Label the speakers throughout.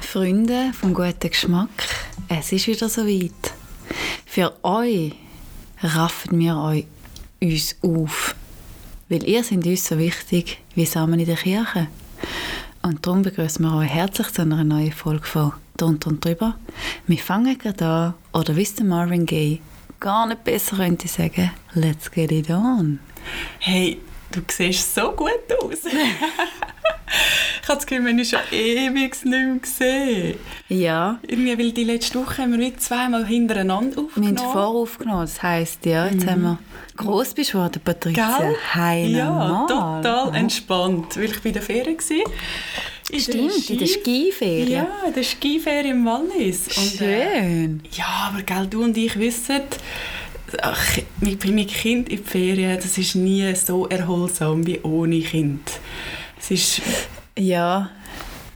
Speaker 1: Freunde vom guten Geschmack, es ist wieder soweit. Für euch raffen wir euch, uns auf, weil ihr seid uns so wichtig wie Samen in der Kirche. Und darum begrüßen wir euch herzlich zu einer neuen Folge von «Drunter und drüber». Wir fangen gerade an, oder wie es der Marvin Gaye gar nicht besser könnte sagen, «Let's get it on».
Speaker 2: Hey, du siehst so gut aus. ich habe das Gefühl, wir haben uns schon ewig nicht mehr gesehen.
Speaker 1: Ja,
Speaker 2: Irgendwie, weil die letzte Woche haben wir wie zweimal hintereinander
Speaker 1: wir
Speaker 2: aufgenommen. Mhm.
Speaker 1: haben voraufgenommen, das heisst, ja, jetzt haben wir gross bist du geworden, Patricia.
Speaker 2: Gell?
Speaker 1: Heiner
Speaker 2: ja,
Speaker 1: Mann.
Speaker 2: total entspannt, weil ich bei der Ferien war. In
Speaker 1: Stimmt, in der Skiferie.
Speaker 2: Ja, in der Skiferie im Wallis. Und, äh,
Speaker 1: Schön.
Speaker 2: ja, aber gell, du und ich wissen, ach, mit meinem Kind in die Ferien, das ist nie so erholsam wie ohne Kind. Es ist...
Speaker 1: Ja.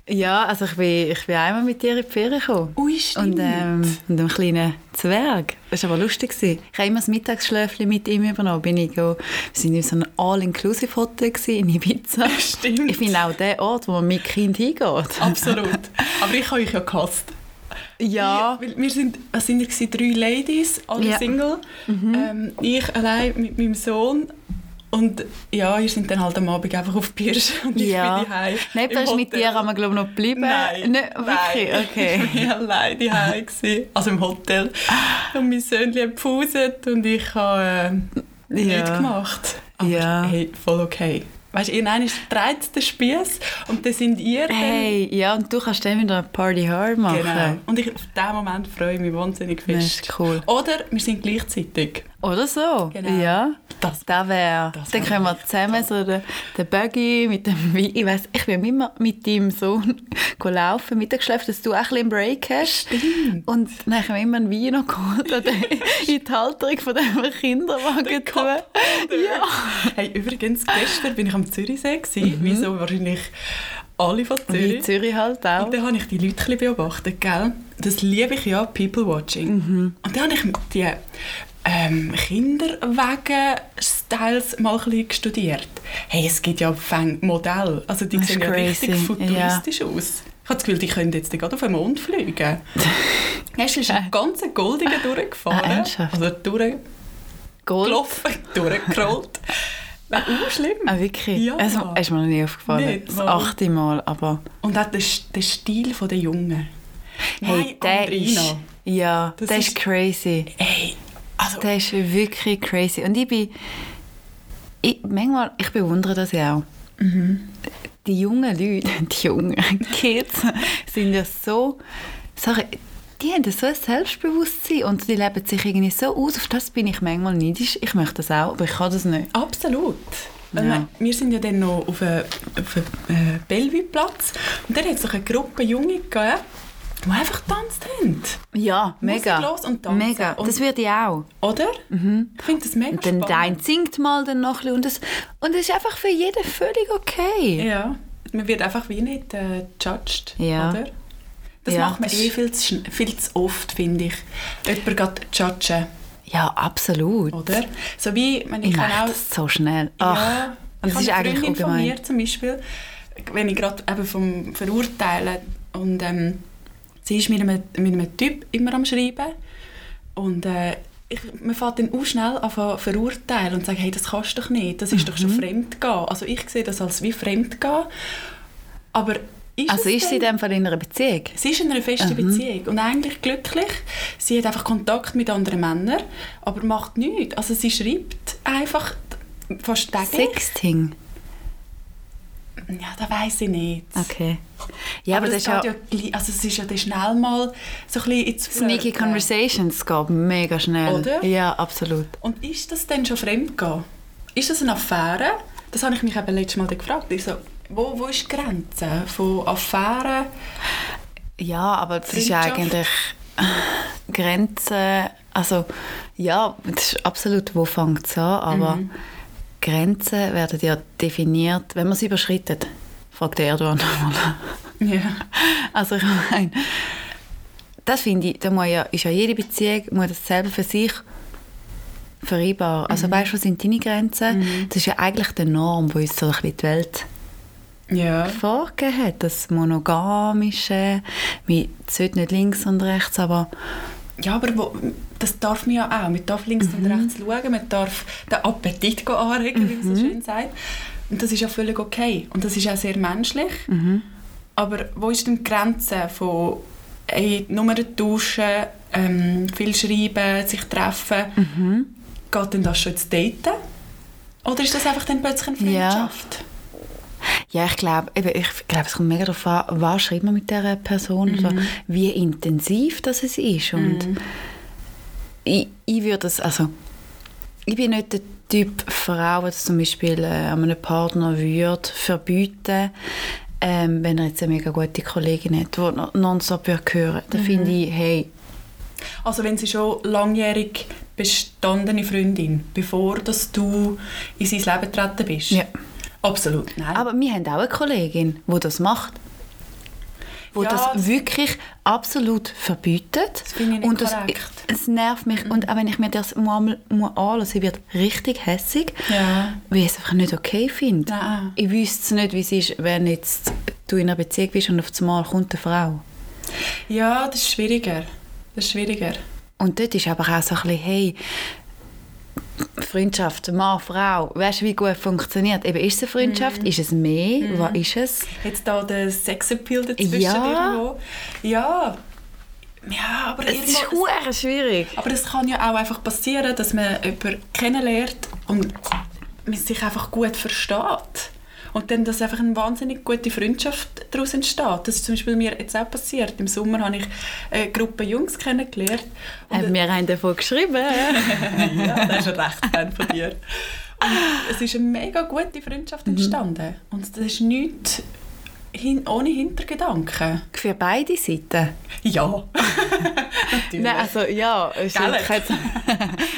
Speaker 1: Ja, also ich bin, ich bin einmal mit dir in die Ferien gekommen.
Speaker 2: Ui, stimmt.
Speaker 1: Und, ähm, und einem kleinen Zwerg. Das war aber lustig. gewesen. Ich habe immer das Mittagsschläfchen mit ihm übernommen. Bin ich go, wir waren in so einem All-Inclusive-Hotel gewesen in Ibiza.
Speaker 2: Stimmt.
Speaker 1: Ich finde auch der Ort, wo man mit Kind hingeht.
Speaker 2: Absolut. Aber ich habe euch ja gehasst.
Speaker 1: Ja,
Speaker 2: Weil wir sind, was sind wir gewesen? drei Ladies, alle
Speaker 1: Ja. Mhm.
Speaker 2: Single. Ähm, ich allein mit meinem Sohn. Und ja, ihr sind dann halt am Abend einfach auf die Pirsch und ich
Speaker 1: ja.
Speaker 2: bin daheim.
Speaker 1: Nein, da ist mit dir einmal, glaube ich, noch geblieben.
Speaker 2: Nein,
Speaker 1: Nein, Ne, wirklich?
Speaker 2: nein.
Speaker 1: Okay.
Speaker 2: Ich war allein daheim, gewesen, also im Hotel. Und mein Söhnchen hat gepfuset und ich habe äh,
Speaker 1: Ah. Ja.
Speaker 2: mitgemacht. Aber
Speaker 1: Ja.
Speaker 2: hey, voll okay. Weißt du, irgendwann dreht der Spieß und dann sind ihr dann
Speaker 1: Hey, ja, und du kannst dann wieder eine Party Hard machen.
Speaker 2: Genau. Und ich, auf diesen Moment freue ich mich wahnsinnig
Speaker 1: Das
Speaker 2: fest.
Speaker 1: ist cool.
Speaker 2: Oder wir sind gleichzeitig.
Speaker 1: Oder so.
Speaker 2: Genau.
Speaker 1: Ja.
Speaker 2: Das-
Speaker 1: da wäre.
Speaker 2: das
Speaker 1: Dann
Speaker 2: wär
Speaker 1: können wir zusammen so den, den Buggy mit dem Wein. Ich weiss, ich bin immer mit deinem Sohn go laufen, Mittagsschläft, dass du auch ein bisschen einen Break hast. Und dann haben wir immer einen Wein noch geholt und dann in die Halterung von diesem Kinderwagen tun. Ja. Mhm.
Speaker 2: Hey, übrigens, gestern bin ich am Zürichsee, gewesen, wie so wahrscheinlich alle von
Speaker 1: Wie in
Speaker 2: Zürich.
Speaker 1: Zürich halt auch.
Speaker 2: Und dann habe ich die Leute ein bisschen beobachtet, gell? Das liebe ich ja, People-Watching.
Speaker 1: Mhm.
Speaker 2: Und dann habe ich die ähm, Kinderwagen-Styles mal ein bisschen studiert. Hey, es gibt ja Fang- Modelle. Also die
Speaker 1: Das ist
Speaker 2: sehen ja richtig
Speaker 1: crazy.
Speaker 2: futuristisch aus. Ich habe das Gefühl, die können jetzt gerade auf den Mond fliegen. Es ist ein ganzer Goldiger durchgefahren.
Speaker 1: Ah, ernsthaft?
Speaker 2: Also durchgelaufen,
Speaker 1: Gold.
Speaker 2: durchgerollt. Wäre auch schlimm.
Speaker 1: Ah, wirklich?
Speaker 2: Ja.
Speaker 1: Das ist mir noch nie aufgefallen.
Speaker 2: Nicht,
Speaker 1: das
Speaker 2: warum?
Speaker 1: achte Mal, aber...
Speaker 2: Und auch der, Sch- der Stil der Jungen.
Speaker 1: Hey,
Speaker 2: Nein,
Speaker 1: der
Speaker 2: Andrina.
Speaker 1: ist... Ja,
Speaker 2: Das
Speaker 1: der
Speaker 2: ist-
Speaker 1: ist crazy.
Speaker 2: Ey, also
Speaker 1: Der ist wirklich crazy. Und ich bin. Ich, manchmal, ich bewundere das ja auch.
Speaker 2: Mhm.
Speaker 1: Die jungen Leute, die jungen Kids, sind ja so. Sorry, die haben so ein Selbstbewusstsein und die leben sich irgendwie so aus. Auf das bin ich manchmal neidisch. Ich möchte das auch, aber ich kann das nicht.
Speaker 2: absolut. Weil
Speaker 1: Ja.
Speaker 2: wir- Wir sind ja dann noch auf einem auf einem, äh, Bellevue-Platz und da hat es doch eine Gruppe Junge gegeben, die einfach getanzt haben.
Speaker 1: Ja, mega.
Speaker 2: Musiklos und tanzen.
Speaker 1: mega.
Speaker 2: Und-
Speaker 1: Das würde ich auch.
Speaker 2: Oder? Ich finde das mega
Speaker 1: Mhm. Und dann der eine
Speaker 2: spannend.
Speaker 1: singt mal dann noch ein bisschen. Und das, und das ist einfach für jeden völlig okay.
Speaker 2: Ja, man wird einfach wie nicht äh, judged,
Speaker 1: Ja.
Speaker 2: oder? Das
Speaker 1: Ja,
Speaker 2: macht man
Speaker 1: das
Speaker 2: eh
Speaker 1: ist-
Speaker 2: viel zu, schn- viel zu oft, finde ich. Jemand gerade judgen,
Speaker 1: Ja, absolut.
Speaker 2: oder? So wie, wenn Oh, ich,
Speaker 1: Ich
Speaker 2: kann
Speaker 1: mache
Speaker 2: auch...
Speaker 1: das so schnell. Ach,
Speaker 2: Ja,
Speaker 1: und
Speaker 2: ich
Speaker 1: das ist
Speaker 2: habe eine
Speaker 1: eigentlich
Speaker 2: Freundin von
Speaker 1: ungemein.
Speaker 2: mir zum Beispiel, wenn ich gerade eben vom Verurteilen und ähm, sie ist mit einem, mit einem Typ immer am Schreiben und äh, ich, man fängt dann auch schnell an zu verurteilen und sagt, hey, das kannst du doch nicht, das ist doch
Speaker 1: Mhm.
Speaker 2: schon Fremdgehen. Also ich sehe das als wie Fremdgehen, aber ist
Speaker 1: Also
Speaker 2: es
Speaker 1: ist sie
Speaker 2: denn-
Speaker 1: in dem Fall in einer Beziehung?
Speaker 2: Sie ist in einer festen Beziehung und eigentlich glücklich. Sie hat einfach Kontakt mit anderen Männern, aber macht nichts. Also sie schreibt einfach fast täglich.
Speaker 1: Sexting.
Speaker 2: Ja, das weiß ich nicht.
Speaker 1: Okay. Ja, aber, das ist ja,
Speaker 2: geht gleich- also es ist ja dann schnell mal so ein bisschen ins
Speaker 1: Sneaky
Speaker 2: Flirten.
Speaker 1: Conversations das geht mega schnell.
Speaker 2: Oder?
Speaker 1: Ja, absolut.
Speaker 2: Und ist das denn schon Fremdgehen? Ist das eine Affäre? Das habe ich mich eben letztes Mal dann gefragt. Ich so, wo, wo ist die Grenze von Affäre?
Speaker 1: Ja, aber das ist ja
Speaker 2: Freundschaft.
Speaker 1: eigentlich äh, Grenzen. Also, ja, das ist absolut, wo fängt es an. Aber Grenzen werden ja definiert, wenn man sie überschreitet. Fragt der Erdogan nochmal.
Speaker 2: Ja.
Speaker 1: Also ich meine, das finde ich, da muss ja, ist ja jede Beziehung muss das selber für sich vereinbaren. Also weißt du, was sind deine Grenzen? Das ist ja eigentlich die Norm, wo uns so ein bisschen die Welt
Speaker 2: Ja.
Speaker 1: vorgegeben hat. Das Monogamische, man sollte nicht links und rechts, aber
Speaker 2: Ja, aber wo, das darf man ja auch. Man darf links und rechts schauen, man darf den Appetit go anregen, wie man so schön sagt. Und das ist ja völlig okay. Und das ist auch sehr menschlich. Aber wo ist denn die Grenze von ey, Nummern tauschen, ähm, viel schreiben, sich treffen? Geht denn das schon ins Daten? Oder ist das einfach dann plötzlich eine
Speaker 1: Ja.
Speaker 2: Freundschaft?
Speaker 1: ja, ich glaube, eben, ich glaube, es kommt mega darauf an, was schreibt man mit dieser Person, also, wie intensiv das es ist. Und ich, ich würde es, also, ich bin nicht der Typ Frau, die das zum Beispiel äh, an einem Partner würde verbieten ähm, wenn er jetzt eine mega gute Kollegin hat, die no- nonstop würde hören. Dann finde ich, hey,
Speaker 2: Also wenn sie schon langjährig bestandene Freundin, bevor dass du in sein Leben getreten bist?
Speaker 1: Ja.
Speaker 2: Absolut, nein.
Speaker 1: Aber wir haben auch eine Kollegin, die das macht. Wo
Speaker 2: Ja,
Speaker 1: das
Speaker 2: das-
Speaker 1: wirklich absolut verbietet.
Speaker 2: Das finde ich nicht
Speaker 1: und das,
Speaker 2: korrekt.
Speaker 1: es nervt mich. Und auch wenn ich mir das mal, mal anhöre, sie wird richtig hässig,
Speaker 2: Ja.
Speaker 1: weil ich es einfach nicht okay finde.
Speaker 2: Nein.
Speaker 1: Ich wüsste es nicht, wie es ist, wenn jetzt du in einer Beziehung bist und auf einmal kommt eine Frau.
Speaker 2: ja, das ist schwieriger. Das ist schwieriger.
Speaker 1: Und dort ist aber auch so ein bisschen, hey, Freundschaft, Mann, Frau, weißt du, wie gut funktioniert? Eben, ist es eine
Speaker 2: Mhm.
Speaker 1: Freundschaft? Ist es mehr? Was ist es?
Speaker 2: Jetzt da der Sexappeal dazwischen
Speaker 1: Ja.
Speaker 2: irgendwo. Ja. Ja, aber
Speaker 1: Es ist
Speaker 2: irgendwo...
Speaker 1: verdammt schwierig.
Speaker 2: Aber es kann ja auch einfach passieren, dass man jemanden kennenlernt und man sich einfach gut versteht. Und dann, dass einfach eine wahnsinnig gute Freundschaft daraus entsteht. Das ist zum Beispiel mir jetzt auch passiert. Im Sommer habe ich eine Gruppe Jungs kennengelernt.
Speaker 1: Hat mir einen davon geschrieben.
Speaker 2: ja, das ist ein recht Fan von dir. Und es ist eine mega gute Freundschaft entstanden. Und das ist nichts hin ohne Hintergedanken.
Speaker 1: Für beide Seiten.
Speaker 2: Ja, natürlich.
Speaker 1: Nein, also ja, es
Speaker 2: Gell?
Speaker 1: stimmt. ich hätte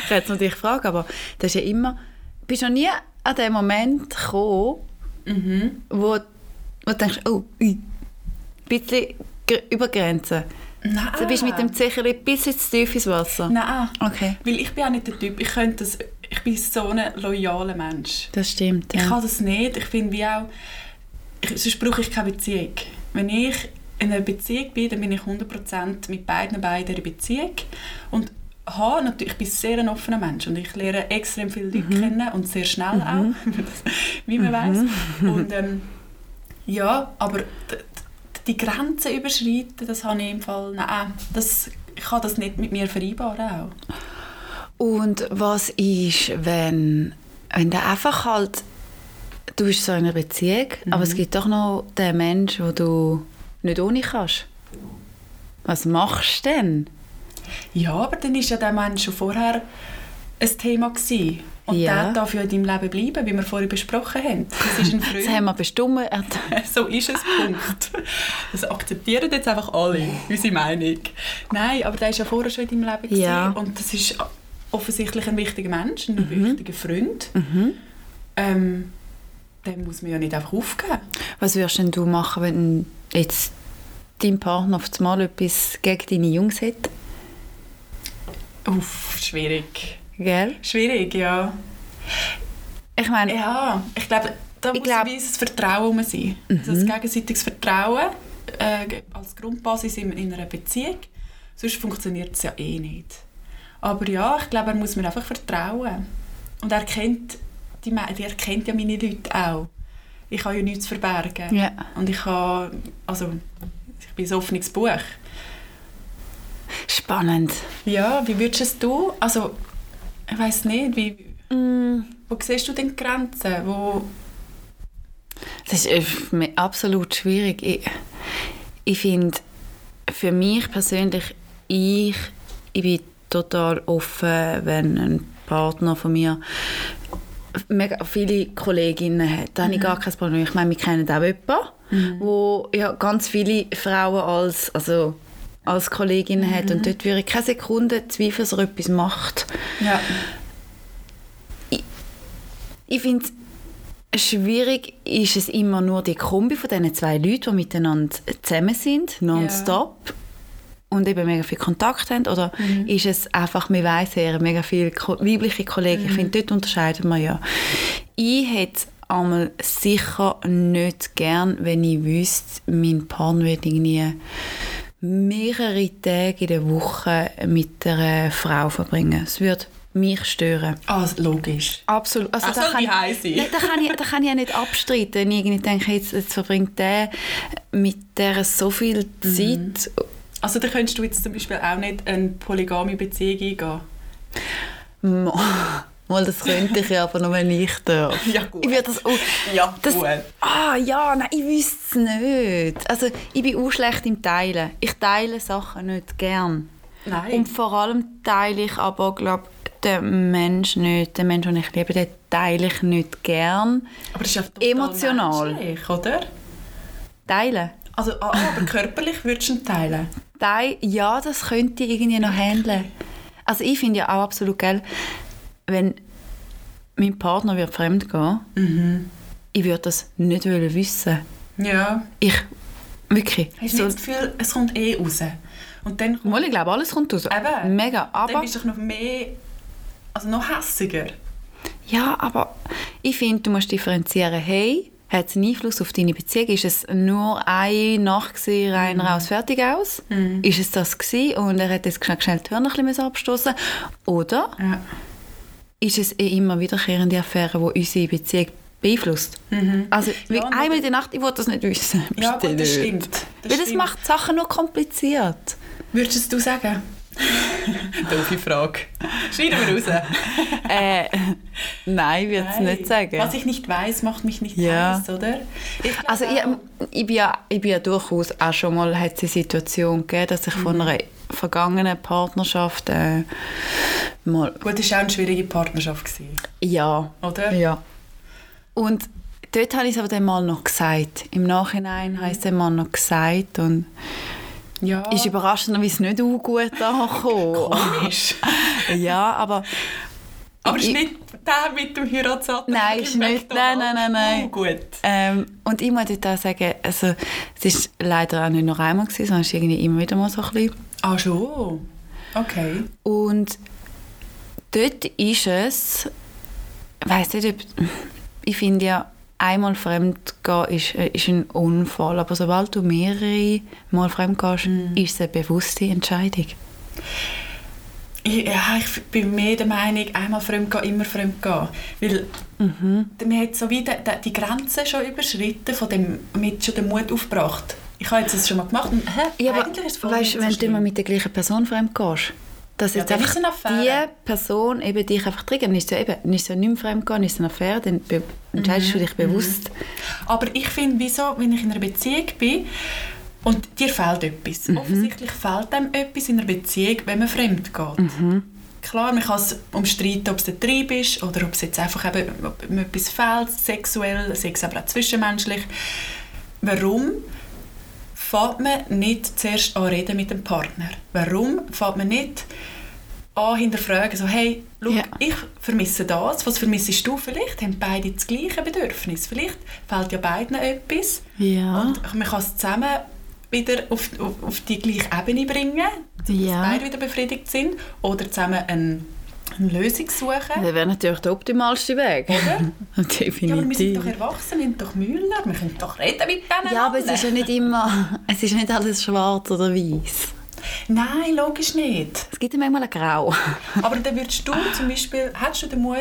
Speaker 1: ich hätte es natürlich gefragt, aber das ist ja immer... Bist du noch nie an den Moment gekommen,
Speaker 2: Mhm.
Speaker 1: wo, wo du denkst, oh, ui, ein bisschen gr- über die Grenze.
Speaker 2: Nein.
Speaker 1: Du bist mit dem Zecherli ein bisschen zu tief ins Wasser.
Speaker 2: Nein.
Speaker 1: Okay.
Speaker 2: Weil ich bin auch nicht der Typ, ich, könnte das, ich bin so ein loyaler Mensch.
Speaker 1: Das stimmt.
Speaker 2: Ich
Speaker 1: ja.
Speaker 2: kann das nicht. Ich finde wie auch, ich, sonst brauche ich keine Beziehung. Wenn ich in einer Beziehung bin, dann bin ich 100% mit beiden Beinen in der Beziehung. Und habe natürlich, ich bin sehr ein offener Mensch und ich lerne extrem viele Leute
Speaker 1: Mhm.
Speaker 2: kennen und sehr schnell auch, wie man weiß.
Speaker 1: Mhm.
Speaker 2: Und ähm, ja, aber d- d- die Grenze überschreiten, das habe ich im Fall, nein, das, ich kann das nicht mit mir vereinbaren auch.
Speaker 1: Und was ist, wenn, wenn der einfach halt, du bist so in einer Beziehung,
Speaker 2: Mhm.
Speaker 1: aber es gibt doch noch den Mensch, wo du nicht ohne kannst. Was machst du denn?
Speaker 2: Ja, aber dann war ja der Mensch schon vorher ein Thema. Gewesen. Und
Speaker 1: Ja.
Speaker 2: der darf ja in deinem Leben bleiben, wie wir vorhin besprochen haben. Das ist ein
Speaker 1: Das
Speaker 2: Freund.
Speaker 1: haben wir bestimmt.
Speaker 2: so ist es, Punkt. Das akzeptieren jetzt einfach alle, unsere Meinung. Nein, aber der war ja vorher schon in deinem Leben. gewesen.
Speaker 1: Ja. Mhm.
Speaker 2: Und das ist offensichtlich ein wichtiger Mensch, ein wichtiger Freund. Ähm, den muss man ja nicht einfach aufgeben.
Speaker 1: Was würdest denn du machen, wenn jetzt dein Partner auf einmal etwas gegen deine Jungs hat?
Speaker 2: Uff, schwierig.
Speaker 1: Gell?
Speaker 2: Schwierig, ja.
Speaker 1: Ich meine,
Speaker 2: Ja, ich glaube, da
Speaker 1: Ich
Speaker 2: muss
Speaker 1: glaub- Mhm.
Speaker 2: ein gewisses Vertrauen rum sein. Also ein gegenseitiges Vertrauen äh, als Grundbasis in, in einer Beziehung. Sonst funktioniert es ja eh nicht. Aber ja, ich glaube, er muss mir einfach vertrauen. Und er kennt, die, Me- die- er kennt ja meine Leute auch. Ich habe ja nichts zu verbergen.
Speaker 1: Ja.
Speaker 2: Und ich habe, also, ich bin ein offenes Buch.
Speaker 1: spannend.
Speaker 2: Ja, wie würdest es du, also, ich weiß nicht, wie, wo siehst du denn die Grenzen? Wo,
Speaker 1: Das ist äh, für mich absolut schwierig. Ich, ich finde, für mich persönlich, ich, ich bin total offen, wenn ein Partner von mir mega viele Kolleginnen hat. Da habe ich gar kein Problem. Ich meine, wir kennen auch jemanden, wo ja, ganz viele Frauen als, also, als Kolleginnen hat. Und dort würde ich keine Sekunde zweifeln, dass er etwas macht.
Speaker 2: ja.
Speaker 1: Ich finde schwierig ist es immer nur die Kombi von diesen zwei Leuten, die miteinander zusammen sind, nonstop. Und eben mega viel Kontakt haben. Oder ist es einfach, man weiss, er hat mega viele ko- weibliche Kollegen. Ich finde, dort unterscheidet man ja. Ich hätte einmal sicher nicht gern, wenn ich wüsste, mein Partner würde irgendwie mehrere Tage in der Woche mit einer Frau verbringen. Es würde mich stören.
Speaker 2: Ah, logisch.
Speaker 1: Absolut. Also,
Speaker 2: Das
Speaker 1: da,
Speaker 2: soll
Speaker 1: kann
Speaker 2: die
Speaker 1: ich,
Speaker 2: High sein.
Speaker 1: Nein, da, kann ich, da kann ich ja nicht abstreiten. Wenn ich irgendwie denke, jetzt, jetzt verbringt der mit der so viel Zeit.
Speaker 2: Also da könntest du jetzt zum Beispiel auch nicht eine polygame Beziehung eingehen.
Speaker 1: Mal, Mhm. mal, das könnte ich ja, aber nur wenn ich darf.
Speaker 2: Ja, gut.
Speaker 1: Ich würde das auch...
Speaker 2: Ja,
Speaker 1: Das,
Speaker 2: gut.
Speaker 1: ah, ja, nein, ich wüsste es nicht. Also, ich bin auch schlecht im Teilen. Ich teile Sachen nicht gern.
Speaker 2: Nein.
Speaker 1: Und vor allem teile ich aber, glaube den Menschen nicht. Den Menschen, den ich liebe, den teile ich nicht gern.
Speaker 2: aber das ist ja total
Speaker 1: Emotional.
Speaker 2: menschlich, oder?
Speaker 1: Teilen?
Speaker 2: Also, ah, aber körperlich würdest du ihn teilen.
Speaker 1: Teil, ja, das könnte ich irgendwie noch handeln. Also, ich finde ja auch absolut geil, wenn mein Partner wird fremd gehen Mhm. ich würde das nicht wollen wissen.
Speaker 2: Ja.
Speaker 1: Ich, wirklich.
Speaker 2: Hast du
Speaker 1: So-
Speaker 2: nicht das Gefühl, es kommt eh raus? Und dann, kommt,
Speaker 1: Mal, ich glaube, alles kommt raus.
Speaker 2: Eben.
Speaker 1: Mega,
Speaker 2: dann
Speaker 1: aber...
Speaker 2: bist du doch noch mehr, also noch hässiger.
Speaker 1: Ja, aber ich finde, du musst differenzieren. Hey, hat es einen Einfluss auf deine Beziehung? Ist es nur eine Nacht gewesen,
Speaker 2: Mhm.
Speaker 1: rein raus, fertig aus? Ist es das gewesen und er hat jetzt schnell, schnell die Hörner ein bisschen abstoßen? Oder
Speaker 2: Ja.
Speaker 1: ist es eine immer wiederkehrende Affäre, die unsere Beziehung beeinflusst? Also wie
Speaker 2: Mhm. und-
Speaker 1: einmal in der Nacht, ich will das nicht wissen.
Speaker 2: Ja,
Speaker 1: Bitte
Speaker 2: gut, das
Speaker 1: nicht.
Speaker 2: stimmt. Das
Speaker 1: Weil das
Speaker 2: stimmt.
Speaker 1: macht die Sachen noch kompliziert.
Speaker 2: Würdest du es sagen? Doofe Frage. Schneiden wir raus.
Speaker 1: äh, nein, ich würde es
Speaker 2: Nein.
Speaker 1: nicht sagen.
Speaker 2: Was ich nicht weiß, macht mich nicht
Speaker 1: Ja.
Speaker 2: heiß, oder? Ich glaub
Speaker 1: Also ich,
Speaker 2: auch-
Speaker 1: ich, bin ja, ich bin ja durchaus auch schon mal hat es eine Situation gegeben, dass ich
Speaker 2: Mhm.
Speaker 1: von einer vergangenen Partnerschaft äh, mal
Speaker 2: Gut, das war auch eine schwierige Partnerschaft. Gewesen,
Speaker 1: ja
Speaker 2: oder?
Speaker 1: ja und dort habe ich es aber dem Mann noch gesagt. Im
Speaker 2: Mhm.
Speaker 1: Nachhinein habe ich es dem Mann noch gesagt und
Speaker 2: Ja.
Speaker 1: ist überraschenderweise nicht auch gut angekommen.
Speaker 2: komisch.
Speaker 1: ja, aber
Speaker 2: Aber es ist
Speaker 1: Ich-
Speaker 2: nicht der mit dem Heiratsvertrag.
Speaker 1: Nein,
Speaker 2: im
Speaker 1: ist nicht. Nein, nein, nein, nein.
Speaker 2: McDonald's. Oh, gut.
Speaker 1: Ähm, und ich muss dort auch sagen, also, es ist leider auch nicht noch einmal gewesen, sondern es ist irgendwie immer wieder mal so ein bisschen.
Speaker 2: Ah, schon. Okay.
Speaker 1: Und dort ist es, ich weiss nicht, ob, ich finde ja, einmal fremd gehen ist, äh, ist ein Unfall, aber sobald du mehrere Mal fremd gehst, ist es eine bewusste Entscheidung.
Speaker 2: Ich, ja, ich bin mehr der Meinung, einmal fremd gehen, immer fremd gehen. Weil
Speaker 1: Mhm.
Speaker 2: man hat so wie de, de, die Grenze schon überschritten, von dem, man hat schon den Mut aufgebracht. Ich habe jetzt das schon mal gemacht und hä, eigentlich ist es voll
Speaker 1: weißt,
Speaker 2: nicht so
Speaker 1: wenn du
Speaker 2: schlimm.
Speaker 1: immer mit der gleichen Person fremd gehst, dass
Speaker 2: Ja,
Speaker 1: jetzt
Speaker 2: dann
Speaker 1: einfach
Speaker 2: ist es eine Affäre.
Speaker 1: die Person eben dich einfach triggert, dann ist es ja eben, dann ist es ja nicht mehr fremd gehen, dann ist es eine Affäre, dann be-
Speaker 2: Mhm.
Speaker 1: entscheidest du dich bewusst.
Speaker 2: Aber ich finde, wieso, wenn ich in einer Beziehung bin und dir fehlt etwas. Offensichtlich fehlt einem etwas in einer Beziehung, wenn man fremd geht. Klar, man kann es umstreiten, ob es der Trieb ist oder ob es jetzt einfach eben, ob einem etwas fehlt, sexuell, sei es aber auch zwischenmenschlich. Warum fängt man nicht zuerst an reden mit dem Partner? Warum fängt man nicht an hinterfragen, so hey, schau,
Speaker 1: Ja.
Speaker 2: ich vermisse das, was vermissest du vielleicht? Haben beide das gleiche Bedürfnis? Vielleicht fehlt ja beiden etwas
Speaker 1: Ja.
Speaker 2: und man kann es zusammen wieder auf, auf, auf die gleiche Ebene bringen, dass
Speaker 1: Ja.
Speaker 2: beide wieder befriedigt sind oder zusammen eine, eine Lösung suchen.
Speaker 1: Das wäre natürlich der optimalste Weg.
Speaker 2: Oder?
Speaker 1: Definitiv.
Speaker 2: Ja, aber wir sind doch erwachsen, wir sind doch Müller, wir können doch reden mit denen.
Speaker 1: Ja, aber es ist ja nicht immer, es ist nicht alles schwarz oder weiß.
Speaker 2: Nein, logisch nicht.
Speaker 1: Es gibt ja manchmal ein Grau.
Speaker 2: Aber dann würdest du zum Beispiel, hättest du den Mut,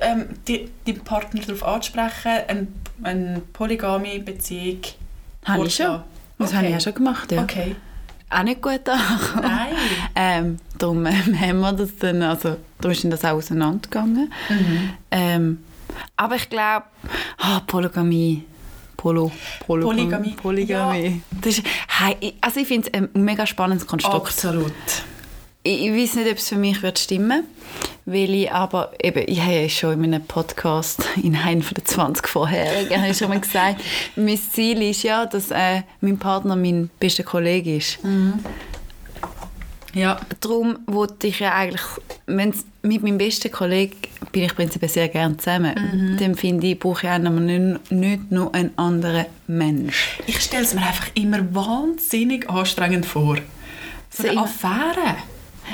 Speaker 2: ähm, die, deinen Partner darauf anzusprechen, eine, eine polygame Beziehung
Speaker 1: Habe ich schon.
Speaker 2: vorzuschlagen?
Speaker 1: Das habe ich ja schon gemacht, ja.
Speaker 2: Okay.
Speaker 1: Auch nicht gut angekommen.
Speaker 2: Nein.
Speaker 1: Ähm, darum ähm, haben wir das dann, also darum ist dann das auch auseinandergegangen.
Speaker 2: Mhm.
Speaker 1: Ähm, aber ich glaube, ah, Polygamie. Polo, Polo,
Speaker 2: Polygamie.
Speaker 1: Polygamie. Das ist, hey, ich- also ich finde es ein mega spannendes Konstrukt.
Speaker 2: Absolut.
Speaker 1: ich, ich weiß nicht, ob es für mich wird stimmen weil ich aber, eben, ich habe ja schon in meinem Podcast, in einem von den 20 vorherigen, habe ich schon mal gesagt, mein Ziel ist ja, dass äh, mein Partner mein bester Kollege ist.
Speaker 2: Ja.
Speaker 1: Darum wollte ich ja eigentlich, wenn's, mit meinem besten Kollegen bin ich prinzipiell sehr gerne zusammen.
Speaker 2: Mhm.
Speaker 1: Dann finde ich, brauche ich auch noch nicht, nicht nur einen anderen Mensch.
Speaker 2: Ich stelle es mir einfach immer wahnsinnig anstrengend vor. So
Speaker 1: So
Speaker 2: eine
Speaker 1: im-
Speaker 2: Affäre.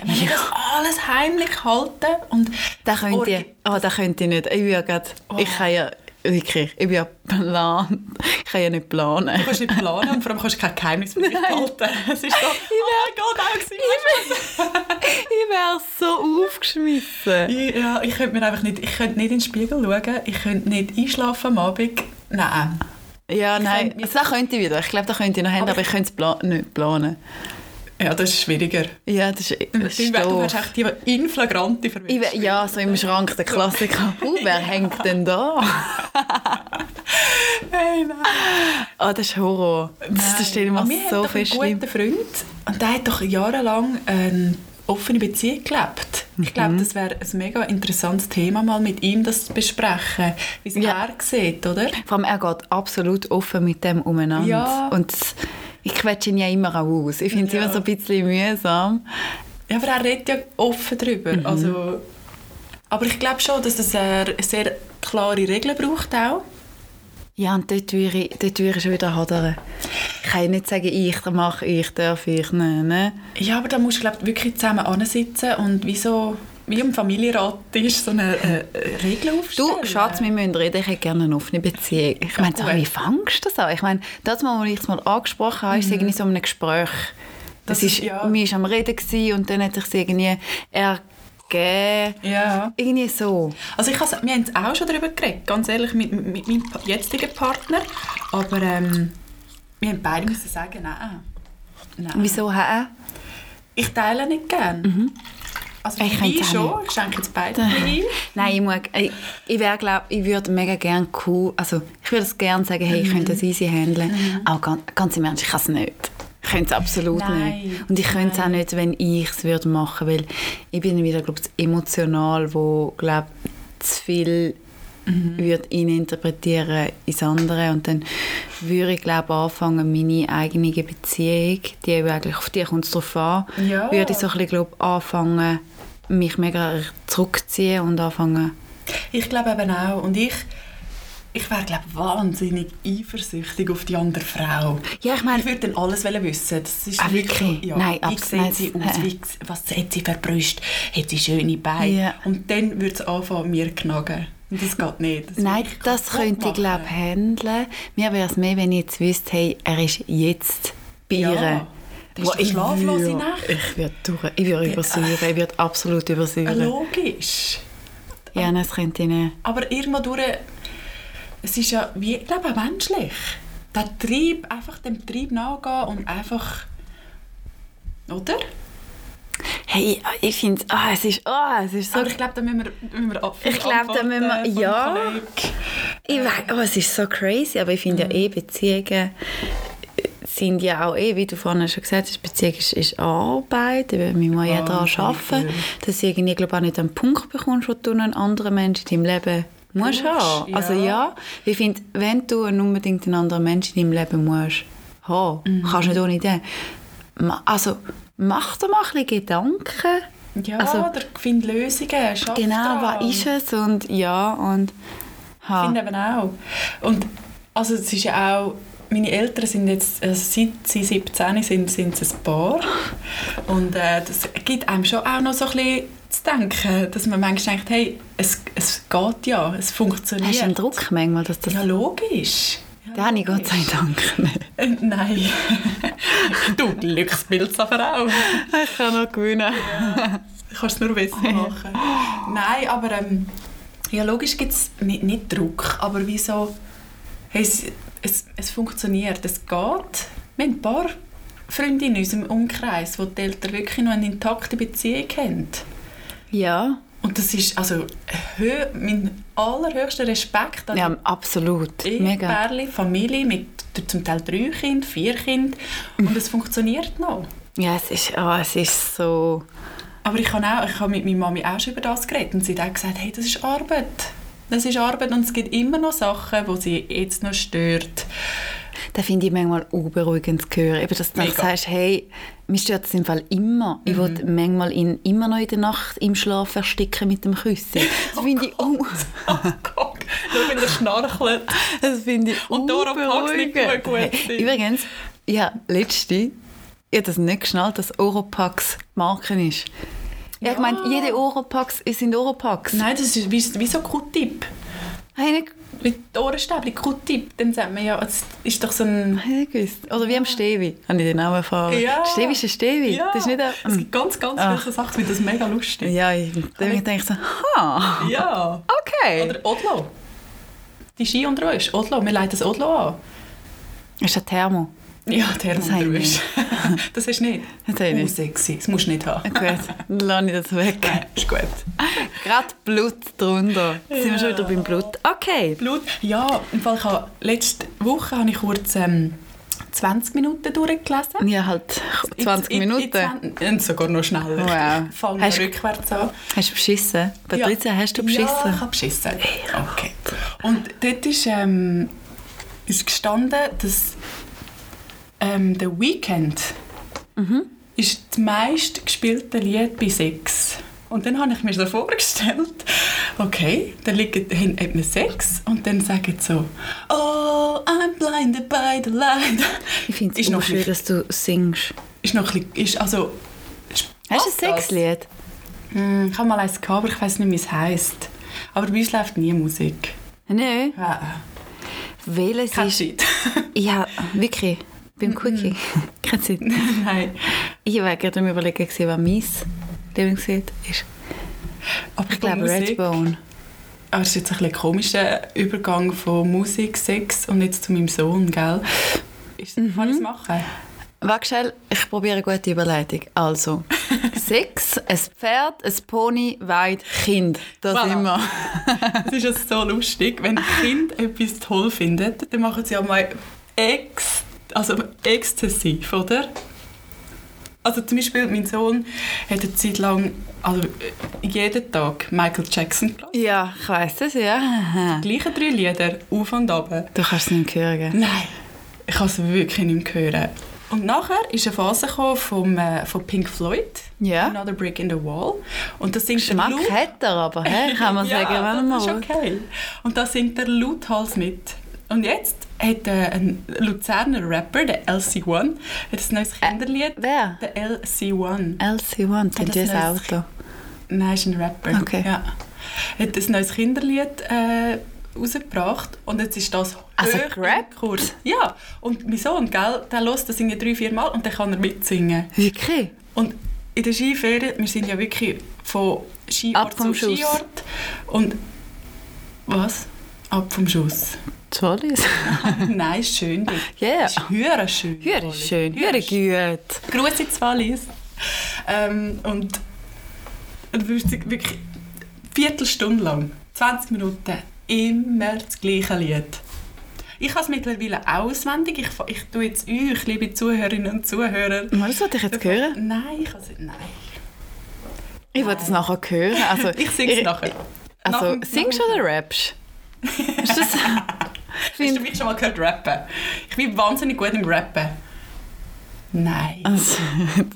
Speaker 2: Wenn ich das alles heimlich halten und
Speaker 1: Da könnt ihr, oh, da könnt ihr nicht. Ich bin ja grad,
Speaker 2: Oh.
Speaker 1: ich kann ja wirklich, ich bin ja plan, ich kann ja nicht planen.
Speaker 2: Du kannst nicht planen und vor allem kannst du kein Geheimnis mit dir halten. Es ist so, oh mein Gott, Alexi,
Speaker 1: ich wäre so aufgeschmissen.
Speaker 2: Ich, ja, ich könnte mir einfach nicht, ich könnte nicht in den Spiegel schauen, ich könnte nicht einschlafen am Abend. Nein.
Speaker 1: Ja, nein,
Speaker 2: könnte
Speaker 1: also, das könnte ich wieder. Ich glaube, das könnte ich noch haben,
Speaker 2: Aber
Speaker 1: aber ich könnte es pla nicht planen.
Speaker 2: Ja, das ist schwieriger.
Speaker 1: Ja, das ist, das
Speaker 2: Du
Speaker 1: ist
Speaker 2: wär- du
Speaker 1: doof.
Speaker 2: wärst echt die inflagrante
Speaker 1: Ich
Speaker 2: Verwirrung.
Speaker 1: wär- ja, so im Schrank der Klassiker. Uh, wer hängt denn da?
Speaker 2: Hey, nein.
Speaker 1: Ah, das ist Horror. Das, das stelle ich
Speaker 2: Aber
Speaker 1: mir so
Speaker 2: doch einen
Speaker 1: fest schlimm.
Speaker 2: guten Freund und der hat doch jahrelang eine offene Beziehung gelebt. Ich
Speaker 1: Mhm.
Speaker 2: glaube, das wäre ein mega interessantes Thema, mal mit ihm das zu besprechen, wie es
Speaker 1: Ja.
Speaker 2: er sieht, oder?
Speaker 1: Vor allem, er geht absolut offen mit dem umeinander.
Speaker 2: Ja.
Speaker 1: Und das- ich quetsche ihn ja immer auch aus. Ich finde es
Speaker 2: Ja.
Speaker 1: immer so ein bisschen mühsam.
Speaker 2: Ja, aber er redet ja offen darüber.
Speaker 1: Mhm.
Speaker 2: Also, aber ich glaube schon, dass es äh, sehr klare Regeln braucht auch.
Speaker 1: Ja, und dort würde ich, dort würde ich schon wieder hadern. Ich kann ja nicht sagen, ich mache, ich darf, ich ne, nein, nein.
Speaker 2: Ja, aber da musst du glaub, wirklich zusammen ansitzen und wie so wie im Familienrat ist so eine äh, äh, Regel aufstellen.
Speaker 1: Du, Schatz, wir müssen reden, ich hätte gerne eine offene Beziehung. Ich meine, so,
Speaker 2: gut.
Speaker 1: wie fängst du das an? Ich meine, das Mal, als ich es mal angesprochen habe, ist es irgendwie so in einem Gespräch. Das,
Speaker 2: Mhm. Das
Speaker 1: ist,
Speaker 2: ist- ja.
Speaker 1: mir war am Reden gewesen und dann hat sich irgendwie ergeben.
Speaker 2: Ja.
Speaker 1: Irgendwie so.
Speaker 2: Also ich has, wir haben es auch schon darüber geredet, ganz ehrlich, mit, mit meinem pa- jetzigen Partner. Aber ähm, wir haben beide müssen sagen, nein. nein.
Speaker 1: Wieso hä?
Speaker 2: Ich teile nicht gern. Also
Speaker 1: Mhm. Ich
Speaker 2: für mich
Speaker 1: könnte auch
Speaker 2: schon, ich schenke jetzt beide ein.
Speaker 1: Nein, ich, muss, ich, ich, wär, glaub, ich würde mega gerne cool, also ich würde es gerne sagen, hey, ich könnte das easy handeln, aber ganz, ganz im Ernst, ich kann es nicht. Ich könnte es absolut
Speaker 2: Nein,
Speaker 1: nicht. Und ich könnte es auch nicht, wenn ich es würde machen, weil ich bin wieder, glaube ich, emotional, wo, glaube zu viel würde interpretieren ins andere und dann würde ich, glaube anfangen, meine eigene Beziehung, die wirklich, auf die kommt es drauf an,
Speaker 2: Ja.
Speaker 1: würde ich so ein bisschen, glaub, anfangen, mich mega zurückzuziehen und anfangen.
Speaker 2: Ich glaube eben auch. Und ich, ich wäre, glaube wahnsinnig eifersüchtig auf die andere Frau.
Speaker 1: Ja, ich meine,
Speaker 2: ich würde dann alles wollen wissen. Das ist
Speaker 1: Ah, wirklich?
Speaker 2: Ja,
Speaker 1: Nein,
Speaker 2: wie
Speaker 1: abs- nein,
Speaker 2: sieht sie
Speaker 1: das-
Speaker 2: aus? Wie, was hat sie für Brüste? Hat sie schöne Beine?
Speaker 1: Ja.
Speaker 2: Und dann würde es anfangen, mir knagen. Und das geht nicht. Das
Speaker 1: nein,
Speaker 2: würde ich
Speaker 1: das
Speaker 2: kaputt
Speaker 1: könnte ich,
Speaker 2: machen. Ah,
Speaker 1: glaube handeln. Mir wäre es mehr, wenn ich jetzt wüsste, hey, er ist jetzt bei
Speaker 2: Ja.
Speaker 1: ihr.
Speaker 2: Das ist
Speaker 1: Boah,
Speaker 2: eine schlaflose
Speaker 1: würd-
Speaker 2: Nacht. Äh,
Speaker 1: Ich würde durch, ich würde übersäuern, ich würde absolut übersäuern.
Speaker 2: Logisch.
Speaker 1: Ja, nein, das könnte ich nicht.
Speaker 2: Aber irgendwo durch, es ist ja, wie, ich glaube auch menschlich. Der Trieb, einfach dem Trieb nachgehen und einfach, oder?
Speaker 1: Hey, ich finde ah, es ist, ah, es ist so
Speaker 2: Aber ich glaube, da müssen wir, müssen wir ab-
Speaker 1: Ich glaube, da müssen wir-
Speaker 2: Antworten vom
Speaker 1: ja.
Speaker 2: Kollegen.
Speaker 1: Ich weiß, aber es ist so crazy, aber ich
Speaker 2: Mhm.
Speaker 1: finde ja eh, Beziehungen sind ja auch eh, wie du vorhin schon gesagt hast, Beziehung ist, ist Arbeit, wir müssen ja daran
Speaker 2: Wahnsinnig
Speaker 1: arbeiten,
Speaker 2: viel.
Speaker 1: dass du irgendwie, glaube auch nicht einen Punkt bekommst, wo du einen anderen Menschen in deinem Leben musst
Speaker 2: Brauchst,
Speaker 1: haben. Also
Speaker 2: ja.
Speaker 1: ja, ich finde, wenn du einen unbedingt einen anderen Menschen in deinem Leben musst haben,
Speaker 2: Mhm.
Speaker 1: kannst du nicht ohne den. Ma- Also, mach dir mal ein bisschen Gedanken.
Speaker 2: Ja,
Speaker 1: Also-
Speaker 2: oder find Lösungen, schaff
Speaker 1: Genau,
Speaker 2: dran.
Speaker 1: was ist es und ja und...
Speaker 2: Ich
Speaker 1: Ha.
Speaker 2: finde eben auch. Und also es ist ja auch, meine Eltern sind jetzt, also seit sie 17 sind, sind sie ein Paar. Und äh, das gibt einem schon auch noch so ein bisschen zu denken, dass man manchmal denkt, hey, es, es geht ja, es funktioniert.
Speaker 1: Hast du einen Druck manchmal, dass das...
Speaker 2: Ja, logisch. Ja,
Speaker 1: Den habe ich Gott
Speaker 2: logisch.
Speaker 1: sei Dank nicht.
Speaker 2: Äh, Nein. du Glückspilz aber auch.
Speaker 1: Ich kann noch gewinnen.
Speaker 2: Du kannst es nur besser machen. Nein, aber ähm, ja, logisch gibt es nicht, nicht Druck, aber wieso? Hey, es, es, es funktioniert, es geht. Wir haben ein paar Freunde in unserem Umkreis, wo die Eltern wirklich noch eine intakte Beziehung haben.
Speaker 1: Ja.
Speaker 2: Und das ist also hö mein allerhöchster Respekt an
Speaker 1: Ja, absolut.
Speaker 2: die
Speaker 1: Mega.
Speaker 2: Ehepaarli, Familie mit d- zum Teil drei Kindern, vier Kindern und es funktioniert noch.
Speaker 1: Ja, es ist, ah, es ist so...
Speaker 2: Aber ich habe, auch, ich habe mit meiner Mami auch schon über das geredet und sie hat auch gesagt, hey, das ist Arbeit. Das ist Arbeit und es gibt immer noch Sachen, die sie jetzt noch stört.
Speaker 1: Da finde ich manchmal unberuhigend zu hören. Eben, dass du dann
Speaker 2: Mega. Mhm.
Speaker 1: sagst, hey, mir stört es im Fall immer. Ich will manchmal in, immer noch in der Nacht im Schlaf versticken mit dem Küssen. Das finde ich, un-
Speaker 2: Oh Gott, nur wenn er schnarchelt.
Speaker 1: das finde ich
Speaker 2: Und Dora packt nicht
Speaker 1: unberuhigend.
Speaker 2: gut, gut.
Speaker 1: Übrigens, ja, letzte ich habe das nicht geschnallt, dass Oropax die Marke ist. Ich habe
Speaker 2: Ja.
Speaker 1: gemeint, jede Oropax sind Oropax.
Speaker 2: Nein, das ist wie, wie so Q-Tip.
Speaker 1: Habe ich nicht,
Speaker 2: Wie die Ohrenstäbchen, Q-Tip. Dann sagt man ja, es ist doch so ein...
Speaker 1: habe ich nicht gewusst. Oder wie am Stevi. Habe ich den Namen erfahren.
Speaker 2: Ja.
Speaker 1: Stevi ist ein Stevi.
Speaker 2: Ja,
Speaker 1: Das ist nicht ein...
Speaker 2: es gibt ganz, ganz
Speaker 1: Ah.
Speaker 2: viele Sachen, wie das mega lustig.
Speaker 1: Ja, ich, dann
Speaker 2: ich-
Speaker 1: denke ich so, ha,
Speaker 2: Ja.
Speaker 1: okay.
Speaker 2: Oder Odlo. Die Ski unter uns. Odlo, wir leiten das Odlo an.
Speaker 1: ist ein Thermo.
Speaker 2: Ja, die Herren
Speaker 1: Das habe
Speaker 2: unter
Speaker 1: ich
Speaker 2: uns. Das hast du nicht.
Speaker 1: Das habe ich
Speaker 2: Oh,
Speaker 1: nicht.
Speaker 2: sexy. Das musst du nicht haben.
Speaker 1: Gut, dann lasse ich das weg.
Speaker 2: Nein, ist gut.
Speaker 1: Gerade Blut drunter. Jetzt sind wir schon wieder beim Blut. Okay.
Speaker 2: Blut. Ja, im Fall, ich habe, letzte Woche habe ich kurz ähm, 20 Minuten durchgelesen.
Speaker 1: Ja, halt
Speaker 2: In-
Speaker 1: 20
Speaker 2: in- in
Speaker 1: Minuten.
Speaker 2: 20 Und sogar noch schneller.
Speaker 1: Wow.
Speaker 2: Fangen
Speaker 1: Hast-
Speaker 2: wir rückwärts an.
Speaker 1: Hast du beschissen? Patricia, hast du beschissen?
Speaker 2: Ja, ich habe beschissen. Okay. Und dort ist, ähm, ist gestanden, dass ähm, «The Weekend»
Speaker 1: Mhm.
Speaker 2: ist das meist gespielte Lied bei Sex. Und dann habe ich mir so vorgestellt, okay, dann liegt hin hat man Sex und dann sagen sie so «Oh, I'm blinded by the light».
Speaker 1: Ich finde es
Speaker 2: Ist noch
Speaker 1: schön,
Speaker 2: nicht-
Speaker 1: dass du singst.
Speaker 2: Ist noch ein bisschen, ist also... ist-
Speaker 1: Hast du ein
Speaker 2: passt das?
Speaker 1: Sexlied?
Speaker 2: Hm, Ich habe mal eins gehabt, aber ich weiß nicht, wie es heisst. Aber bei uns läuft nie Musik. Ah,
Speaker 1: Nein.
Speaker 2: Ja.
Speaker 1: Welches
Speaker 2: Keine
Speaker 1: ist...
Speaker 2: Zeit.
Speaker 1: Ja, wirklich. Beim Quickie. Keine Zeit.
Speaker 2: Nein.
Speaker 1: Ich war gerade am überlegen, gewesen, was mein Lieblingslied ist.
Speaker 2: Aber
Speaker 1: Ich glaube
Speaker 2: Musik-
Speaker 1: Redbone.
Speaker 2: Ah, das ist jetzt ein bisschen komischer Übergang von Musik, Sex und jetzt zu meinem Sohn, gell? Ist,
Speaker 1: Mhm.
Speaker 2: Kann ich es machen?
Speaker 1: Warte schnell, ich probiere eine gute Überleitung. Also, Sex, ein Pferd, ein Pony, Weid, Kind. Das
Speaker 2: Voilà.
Speaker 1: immer.
Speaker 2: Es ist jetzt so lustig, wenn Kind etwas toll findet, dann machen sie ja mal ex, also exzessiv, oder? Also zum Beispiel, mein Sohn hat eine Zeit lang, also jeden Tag Michael Jackson gelassen.
Speaker 1: Ja, ich weiss das, ja.
Speaker 2: Die gleichen drei Lieder, auf und ab.
Speaker 1: Du kannst es nicht hören. gell?
Speaker 2: Nein, ich kann es wirklich nicht mehr hören. Und nachher ist eine Phase gekommen vom, äh, von Pink Floyd,
Speaker 1: Ja.
Speaker 2: Another Brick in the Wall. Und das singt der
Speaker 1: Geschmack
Speaker 2: Lou-
Speaker 1: hat er aber, hä? kann man sagen,
Speaker 2: ja,
Speaker 1: wenn man
Speaker 2: das ist
Speaker 1: mal.
Speaker 2: okay. Und da singt der Luthals mit. Und jetzt hat äh, ein Luzerner Rapper, der LC1, hat ein neues Kinderlied.
Speaker 1: Wer?
Speaker 2: Der LC1.
Speaker 1: LC1,
Speaker 2: Ja,
Speaker 1: könnt ihr
Speaker 2: das
Speaker 1: ein
Speaker 2: heisst-
Speaker 1: Auto?
Speaker 2: Nein, ist ein Rapper.
Speaker 1: Okay.
Speaker 2: Ja. Hat ein neues Kinderlied äh, rausgebracht und jetzt ist das
Speaker 1: Also
Speaker 2: hoch im
Speaker 1: gerappt?
Speaker 2: Kurs. Ja, und mein Sohn, gell, der hört das singen drei, vier Mal und dann kann er mitsingen.
Speaker 1: Wirklich?
Speaker 2: Und in der Skiferien, wir sind ja wirklich von Skiort
Speaker 1: Ab vom
Speaker 2: zu
Speaker 1: Schuss.
Speaker 2: Skiort. Und was? Ab vom Schuss.
Speaker 1: Zollis?
Speaker 2: Nein, ist schön dort.
Speaker 1: Ja.
Speaker 2: Ist höher schön.
Speaker 1: Hör ist schön, hör ist gut.
Speaker 2: Grüße zu Wallis. Ähm, und und wirklich wirklich Viertelstunde lang, 20 Minuten, immer das gleiche Lied. Ich habe es mittlerweile auswendig. Ich, fa- ich tue jetzt euch, liebe Zuhörerinnen und Zuhörer.
Speaker 1: Mal, Das wollte ich jetzt hören.
Speaker 2: Nein, ich kann es nicht. Nein.
Speaker 1: Ich wollte es nachher hören. Also,
Speaker 2: Ich singe es
Speaker 1: ihr-
Speaker 2: nachher.
Speaker 1: Also,
Speaker 2: Nach dem-
Speaker 1: singst du oder rappst? Ist das...
Speaker 2: Hast du mich schon mal gehört rappen? Ich bin wahnsinnig gut im Rappen. Nein.
Speaker 1: Also,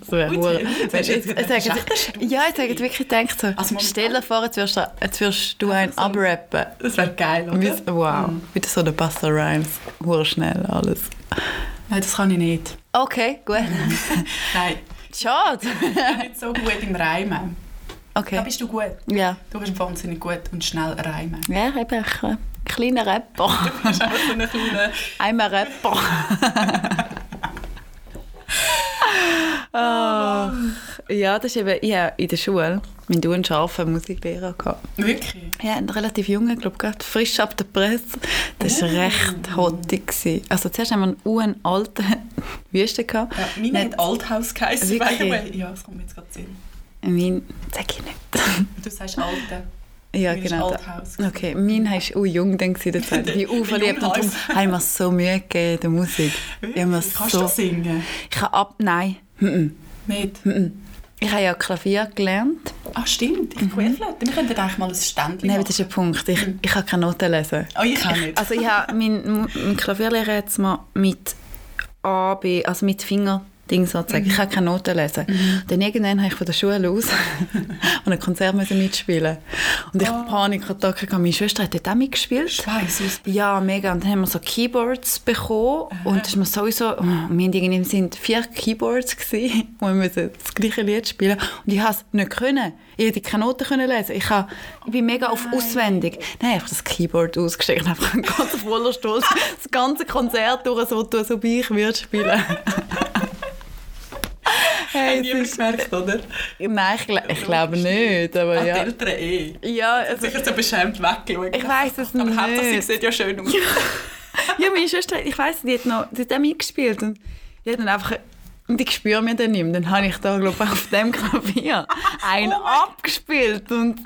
Speaker 1: das wäre
Speaker 2: Gut,
Speaker 1: hure- Weißt
Speaker 2: jetzt
Speaker 1: du,
Speaker 2: hast du
Speaker 1: jetzt- jetzt-
Speaker 2: gedacht, das ist
Speaker 1: Ja, jetzt habe ich wirklich gedacht so,
Speaker 2: Also momentan-
Speaker 1: stell dir vor, jetzt wirst du, jetzt wirst du einen
Speaker 2: so-
Speaker 1: abrappen.
Speaker 2: Das wäre geil, oder?
Speaker 1: Wie- Wow, wieder so der Buster Rhymes. Hure schnell alles.
Speaker 2: Nein, das kann ich nicht.
Speaker 1: Okay, gut.
Speaker 2: Nein,
Speaker 1: Schade.
Speaker 2: ich bin nicht so gut im Reimen. Da
Speaker 1: Okay.
Speaker 2: bist du gut.
Speaker 1: Ja.
Speaker 2: Du bist wahnsinnig gut und schnell reimen.
Speaker 1: Ja, ich bin ein kleiner Rapper.
Speaker 2: Du bist auch so eine kleine...
Speaker 1: Einmal Rapper. Ach, ja, das ist eben, ich habe in der Schule meinen du einen scharfen Musiklehrer gehabt.
Speaker 2: Wirklich?
Speaker 1: Ja, ein relativ junger, ich glaube gerade frisch ab der Presse. Das war recht hottig. gewesen. Also zuerst haben wir einen uren alten Wüste gehabt.
Speaker 2: Ja, meine
Speaker 1: Nein.
Speaker 2: hat Althaus geheißen, by
Speaker 1: Wirklich?
Speaker 2: the way. Ja, das kommt mir jetzt gerade Sinn.
Speaker 1: Mein, sag ich nicht.
Speaker 2: Du sagst Alte.
Speaker 1: Ja,
Speaker 2: Mein ist
Speaker 1: genau.
Speaker 2: Althaus.
Speaker 1: Okay, mein war auch jung dann gewesen, in der Zeit. Ich war auch
Speaker 2: Wie
Speaker 1: verliebt und darum
Speaker 2: Junghaus.
Speaker 1: habe ich mir so Mühe gegeben, der Musik. Ich habe mir
Speaker 2: Kannst du
Speaker 1: so...
Speaker 2: das singen?
Speaker 1: Ich habe ab... Nein. Mhm.
Speaker 2: Nicht?
Speaker 1: Ich habe ja Klavier gelernt.
Speaker 2: Ah, stimmt. Ich Querflöte. Wir könnten eigentlich mal ein Ständchen
Speaker 1: Nein, aber
Speaker 2: machen.
Speaker 1: das ist ein Punkt. Ich,
Speaker 2: Hm.
Speaker 1: ich kann keine Noten lesen.
Speaker 2: Oh, ich auch nicht.
Speaker 1: Also ich habe, mein, mein Klavierlehrer hat es mir mit A, B, also mit Finger Ding sozusagen. Ich kann keine Noten lesen. Dann irgendwann habe ich von der Schule aus an einem Konzert müssen mitspielen Und ich habe Panikattacken gehabt. Meine Schwester hat dort auch mitgespielt.
Speaker 2: Schweiß aus.
Speaker 1: Ja, mega. Und dann haben wir so Keyboards bekommen. Und das ist mir sowieso... oh, Wir haben irgendwie es sind vier Keyboards gewesen, und wir müssen das gleiche Lied spielen. Und ich konnte es nicht. Können. Ich hätte keine Noten können lesen Ich, habe, ich bin mega auf auswendig. Dann habe ich das Keyboard ausgesteckt und einfach ganz voller Stolz das ganze Konzert durch, so tun, so wie ich würde spielen. hey,
Speaker 2: Haben die
Speaker 1: es ist,
Speaker 2: gemerkt, oder?
Speaker 1: nein, ich, gl- ich glaube nicht, aber
Speaker 2: Oh, Ja.
Speaker 1: ja.
Speaker 2: Die Eltern eh.
Speaker 1: Ja, also,
Speaker 2: Sicher so beschämt weggeschaut.
Speaker 1: Ich weiss es
Speaker 2: Aber
Speaker 1: nicht.
Speaker 2: Hauptsache, sie sieht ja schön aus.
Speaker 1: ja, meine Schwester, ich weiss, die hat noch, die hat auch mitgespielt und die hat dann einfach, und ich spüre mir dann nicht mehr. Dann habe ich da, glaube ich, auf dem Klavier
Speaker 2: Oh
Speaker 1: einen abgespielt und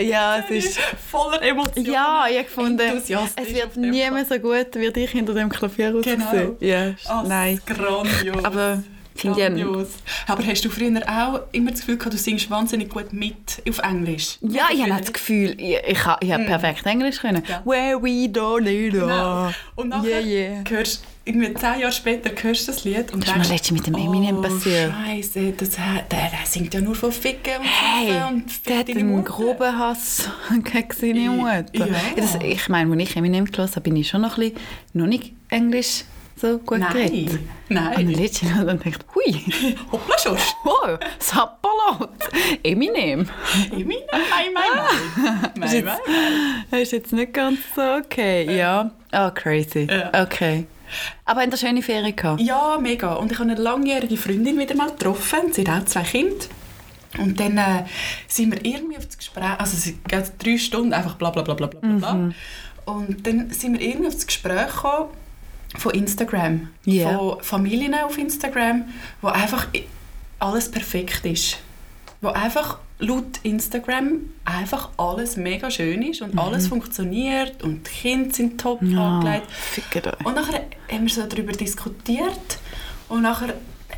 Speaker 1: ja, es ist...
Speaker 2: Voller Emotionen.
Speaker 1: Ja, ich habe gefunden,
Speaker 2: Enthusiastisch
Speaker 1: es
Speaker 2: auf
Speaker 1: wird
Speaker 2: dem
Speaker 1: nie mehr so gut wie dich hinter dem Klavier aussehen.
Speaker 2: Genau.
Speaker 1: Ja,
Speaker 2: Ah,
Speaker 1: nein.
Speaker 2: Grandios.
Speaker 1: Aber finde ich ähm, einen-
Speaker 2: Grandios. Aber hast du früher auch immer das Gefühl gehabt, du singst wahnsinnig gut mit auf Englisch?
Speaker 1: ja, ich habe auch das Gefühl, ich, ich, ha- ich habe perfekt Englisch können.
Speaker 2: Hm. Ja.
Speaker 1: Where we don't need
Speaker 2: Genau.
Speaker 1: a-
Speaker 2: Und nachher
Speaker 1: Yeah, yeah.
Speaker 2: hörst irgendwie zehn Jahre später hörst du das Lied und oh,
Speaker 1: Das ist mir letztens mit dem Eminem passiert.
Speaker 2: Scheiße, das, der, der singt ja nur von Ficken und
Speaker 1: Hey,
Speaker 2: Saufen und
Speaker 1: der hat
Speaker 2: deine
Speaker 1: einen
Speaker 2: Mutter.
Speaker 1: groben Hass gegen seine Mutter.
Speaker 2: Ja.
Speaker 1: Das, ich meine, als ich Eminem gelesen habe, bin ich schon noch ein bisschen, noch nicht Englisch so gut geredet.
Speaker 2: Nein,
Speaker 1: Und
Speaker 2: nein.
Speaker 1: letztens habe ich dann gedacht, hui,
Speaker 2: Hoppla schon.
Speaker 1: oh, Sapperlot, Eminem.
Speaker 2: Nein, nein, nein.
Speaker 1: Ah. Das
Speaker 2: Nein,
Speaker 1: ist
Speaker 2: nein.
Speaker 1: jetzt, das ist jetzt nicht ganz so okay. Ja. Oh, crazy.
Speaker 2: Ja.
Speaker 1: Okay. Aber in der schönen Ferien gehabt.
Speaker 2: Ja, mega. Und ich habe eine langjährige Freundin wieder mal getroffen. Sie hat auch zwei Kinder. Und dann äh, sind wir irgendwie auf das Gespräch, also es geht drei Stunden einfach bla bla bla bla bla bla, bla. Und dann sind wir irgendwie auf das Gespräch gekommen von Instagram.
Speaker 1: Ja.
Speaker 2: Von Familien auf Instagram, wo einfach i- alles perfekt ist. Wo einfach laut Instagram einfach alles mega schön ist und alles funktioniert und die Kinder sind top angelegt.
Speaker 1: fickt euch.
Speaker 2: Und nachher haben wir so darüber diskutiert und nachher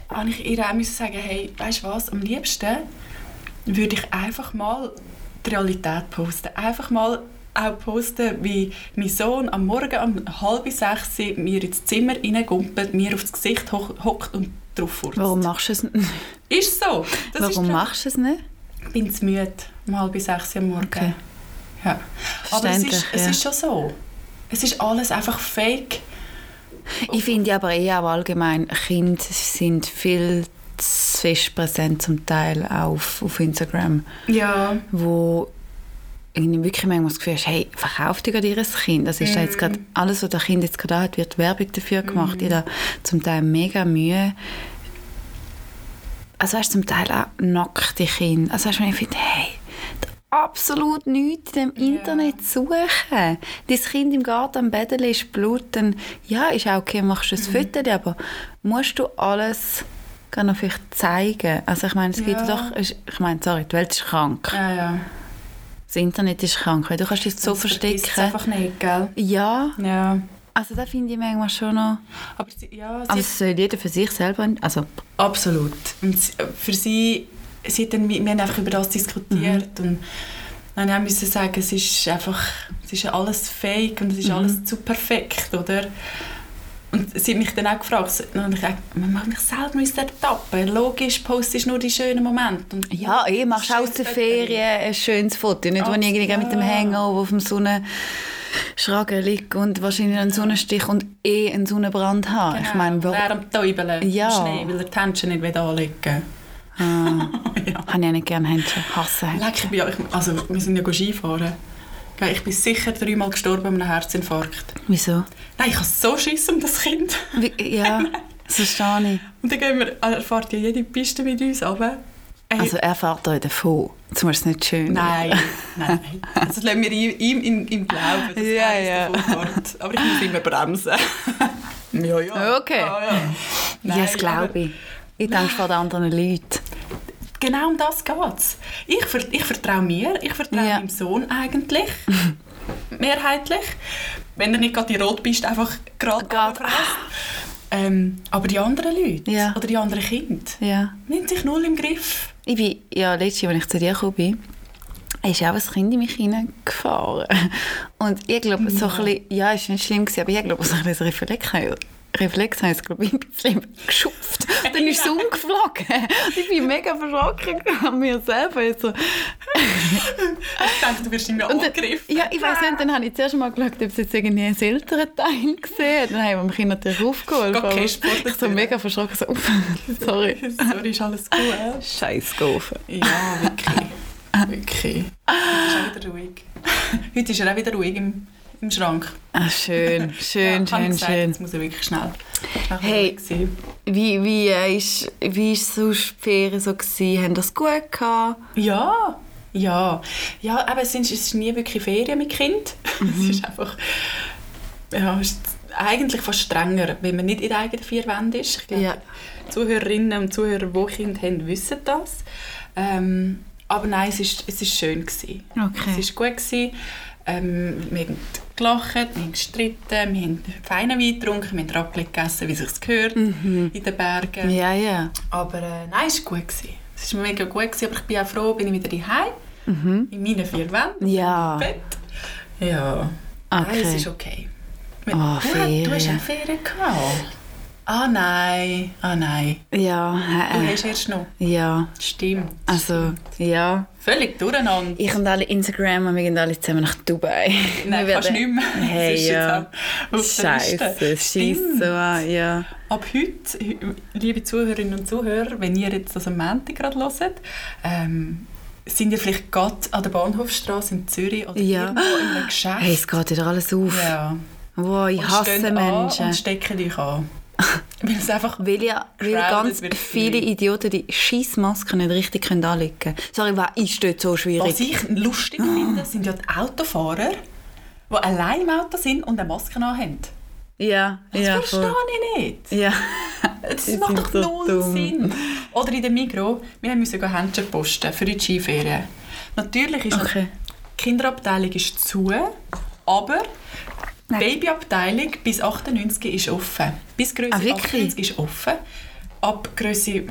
Speaker 2: habe ich ihr auch müssen sagen, hey, weißt du was, am liebsten würde ich einfach mal die Realität posten. Einfach mal auch posten, wie mein Sohn am Morgen um halb sechs mir ins Zimmer reingumpelt, mir aufs Gesicht ho- hockt und drauf furzt.
Speaker 1: Warum machst du es nicht?
Speaker 2: Ist so. Das
Speaker 1: Warum
Speaker 2: ist
Speaker 1: machst du es nicht?
Speaker 2: Ich bin zu müde um halb sechs am Morgen.
Speaker 1: Okay.
Speaker 2: Ja. Aber es ist,
Speaker 1: Verständlich,
Speaker 2: es
Speaker 1: ja.
Speaker 2: ist schon so. Es ist alles einfach fake.
Speaker 1: Ich finde aber eher auch allgemein, Kinder sind viel zu fest präsent zum Teil auch auf, auf Instagram,
Speaker 2: Ja.
Speaker 1: wo irgendwie wirklich manchmal das Gefühl hast, hey, verkauf dir gerade ihr Kind. Das ist ja jetzt gerade alles, was das Kind jetzt gerade hat, wird Werbung dafür gemacht. Ich habe zum Teil mega Mühe. Also weißt du, zum Teil auch nackte Kinder. Also weißt du, wenn ich finde, hey, da absolut nichts in dem Internet suchen. Dein Kind im Garten am Bett ist Blut, dann ja, ist auch okay, machst du ein Foto, aber musst du alles gar noch vielleicht zeigen? Also ich meine, es gibt
Speaker 2: Ja.
Speaker 1: doch, es- ich meine, sorry, die Welt ist krank.
Speaker 2: Ja, ja.
Speaker 1: Das Internet ist krank, weil du kannst dich so
Speaker 2: Das vergisst es
Speaker 1: verstecken.
Speaker 2: einfach nicht, gell?
Speaker 1: Ja,
Speaker 2: Ja.
Speaker 1: also das finde ich manchmal schon noch.
Speaker 2: Aber sie, ja, sie
Speaker 1: Aber es soll jeder für sich selber, also
Speaker 2: absolut. Und sie, äh, für sie, sie hat dann, wir wir haben einfach über das
Speaker 1: Mhm.
Speaker 2: diskutiert und dann haben wir müssen sagen, es ist einfach, es ist alles fake und es
Speaker 1: Mhm.
Speaker 2: ist alles zu perfekt, oder? Und sie hat mich dann auch gefragt, so- dann habe ich gesagt, man mag mich selber müssen ertappen. Logisch, postest nur die schönen Momente. Und
Speaker 1: Ja, ich machst auch aus
Speaker 2: Schönes
Speaker 1: der
Speaker 2: Foto.
Speaker 1: Ferien ein schönes Foto. Nicht, wenn ich irgendwie mit dem
Speaker 2: Ja.
Speaker 1: Hangover auf dem Sonnenschragen liege und wahrscheinlich einen Sonnenstich und eh einen Sonnenbrand habe. Ich meine,
Speaker 2: Genau,
Speaker 1: warum
Speaker 2: Wer
Speaker 1: habe
Speaker 2: am Täubeln
Speaker 1: Ja.
Speaker 2: im Schnee, weil er die Händchen nicht anlegen will. ja.
Speaker 1: Ah. ich auch nicht gerne Händchen? Hasse Händchen.
Speaker 2: Leck, ich bin ja, ich, also wir sind ja go Skifahren. Gell, Ich bin sicher dreimal gestorben an einem Herzinfarkt.
Speaker 1: Wieso?
Speaker 2: Nein, ich habe so Schiss um das Kind.
Speaker 1: Wie, ja, das verstehe ich.
Speaker 2: Und dann gehen wir, er fährt ja jede Piste mit uns runter. Ey,
Speaker 1: Also er fährt euch davon. Jetzt muss es nicht schön
Speaker 2: nein, nein. Also, das lassen wir ihm, ihm im, im Glauben, dass
Speaker 1: Ja,
Speaker 2: er uns davon fährt. Aber ich muss immer bremsen. ja, ja.
Speaker 1: Okay.
Speaker 2: Ja, ja.
Speaker 1: Ja, das
Speaker 2: aber-
Speaker 1: glaube ich. Ich denke vor den anderen Leuten.
Speaker 2: Genau um das geht's. Ich, ver ich vertraue mir, ich vertraue
Speaker 1: Ja.
Speaker 2: meinem Sohn eigentlich. Mehrheitlich. Wenn er nicht gerade die Rotpiste einfach gerade
Speaker 1: Gerade.
Speaker 2: runterfräst. ähm, Aber die anderen Leute
Speaker 1: Ja.
Speaker 2: oder die anderen Kinder
Speaker 1: Ja.
Speaker 2: nimmt sich null im Griff.
Speaker 1: Ich bin, ja, letztes Jahr, als ich zu dir gekommen bin, ist auch ein Kind in mich hineingefahren. Und ich glaube, so ein bisschen, ja, es war nicht schlimm, gewesen, aber ich glaube, so ein bisschen das Reflex Reflex habe ich es, glaube ich, ein bisschen geschupft. Dann ist es umgeflogen. Und ich bin mega verschrocken an mir selber. Ich so,
Speaker 2: Ich denke, du wirst irgendwie
Speaker 1: Und dann-
Speaker 2: angegriffen.
Speaker 1: ja, ich weiß nicht, dann habe ich zuerst mal geschaut, ob es jetzt irgendwie ein älterer Teil gesehen Dann haben wir mich natürlich aufgeholt.
Speaker 2: Gar kein
Speaker 1: aber
Speaker 2: Sport
Speaker 1: ich so
Speaker 2: dafür.
Speaker 1: mega verschrocken, so, uff, sorry.
Speaker 2: Sorry, ist alles gut.
Speaker 1: Scheiß Golfen.
Speaker 2: Ja, wirklich. wirklich. Heute ist er auch wieder ruhig. Heute ist er auch wieder ruhig im, im Schrank.
Speaker 1: Ah, schön, schön,
Speaker 2: Ja, hab ich
Speaker 1: schön,
Speaker 2: gesagt,
Speaker 1: schön.
Speaker 2: Jetzt muss er wirklich schnell.
Speaker 1: Hey.
Speaker 2: Gewesen.
Speaker 1: Wie, wie, äh, ist, wie ist sonst die Ferien so gewesen? Haben das gut gehabt?
Speaker 2: Ja, ja. Ja, aber es sind- es ist nie wirklich Ferien mit Kind.
Speaker 1: Mhm.
Speaker 2: Es ist einfach... Ja, es ist eigentlich fast strenger, wenn man nicht in der eigenen vier Wänden ist. Ich glaube,
Speaker 1: Ja.
Speaker 2: die Zuhörerinnen und Zuhörer, die Kinder haben, wissen das. Ähm, aber nein, es ist, es ist schön. Gewesen.
Speaker 1: Okay.
Speaker 2: Es war gut. Gewesen. Ähm, wir haben gelacht, wir haben gestritten, wir haben feinen Wein getrunken, wir haben Raclette gegessen, wie es gehört, in den Bergen.
Speaker 1: Mhm. Ja, ja.
Speaker 2: Aber äh, nein, es war gut. Gewesen. Es war mega gut, gewesen, aber ich bin auch froh, bin ich wieder daheim in meinen vier Wänden, im
Speaker 1: Mhm. Ja,
Speaker 2: Bett. Ja, nein, es
Speaker 1: okay.
Speaker 2: ist okay.
Speaker 1: Ah,
Speaker 2: Du hast
Speaker 1: Ferien.
Speaker 2: auch Ferien gehabt. Ah nein, ah nein. Du
Speaker 1: Ja, äh,
Speaker 2: hast erst noch.
Speaker 1: ja.
Speaker 2: Stimmt.
Speaker 1: Also, ja.
Speaker 2: Völlig durcheinander.
Speaker 1: Ich und alle Instagram und wir gehen alle zusammen nach Dubai.
Speaker 2: Nein,
Speaker 1: Wir
Speaker 2: fast
Speaker 1: werden-
Speaker 2: nicht mehr.
Speaker 1: Hey,
Speaker 2: Es ist
Speaker 1: ja.
Speaker 2: jetzt auch auf der
Speaker 1: Scheiße,
Speaker 2: Liste.
Speaker 1: scheiße,
Speaker 2: Stimmt.
Speaker 1: so an, ja.
Speaker 2: Ab heute, hü- liebe Zuhörerinnen und Zuhörer, wenn ihr jetzt das am Montag gerade hört, ähm, sind ihr vielleicht gerade an der Bahnhofstraße in Zürich oder
Speaker 1: Ja.
Speaker 2: irgendwo in einem Geschäft.
Speaker 1: Hey, es geht wieder alles auf.
Speaker 2: ja.
Speaker 1: Wow, ich
Speaker 2: Und steht
Speaker 1: hasse
Speaker 2: an
Speaker 1: Menschen.
Speaker 2: Und stecken euch an. Weil es einfach...
Speaker 1: Weil ja weil
Speaker 2: Crowded
Speaker 1: ganz
Speaker 2: wird
Speaker 1: viele
Speaker 2: viel.
Speaker 1: Idioten die Scheissmasken nicht richtig können anlegen können. Sorry, was ist dort so
Speaker 2: Was
Speaker 1: schwierig?
Speaker 2: ich lustig finde, sind ja die Autofahrer, die allein im Auto sind und eine Maske anhaben.
Speaker 1: Ja,
Speaker 2: Das
Speaker 1: ja.
Speaker 2: verstehe
Speaker 1: voll.
Speaker 2: ich nicht.
Speaker 1: Ja.
Speaker 2: Das
Speaker 1: Die
Speaker 2: macht
Speaker 1: sind
Speaker 2: doch
Speaker 1: so
Speaker 2: null
Speaker 1: dumm.
Speaker 2: Sinn. Oder in der Migro, wir mussten gehen Händchen posten für die Skiferien. Natürlich ist
Speaker 1: Okay.
Speaker 2: die Kinderabteilung ist zu, aber die
Speaker 1: Nein.
Speaker 2: Babyabteilung bis 98 ist offen. Bis Größe
Speaker 1: Ah, wirklich?
Speaker 2: 98 ist offen. Ab Größe,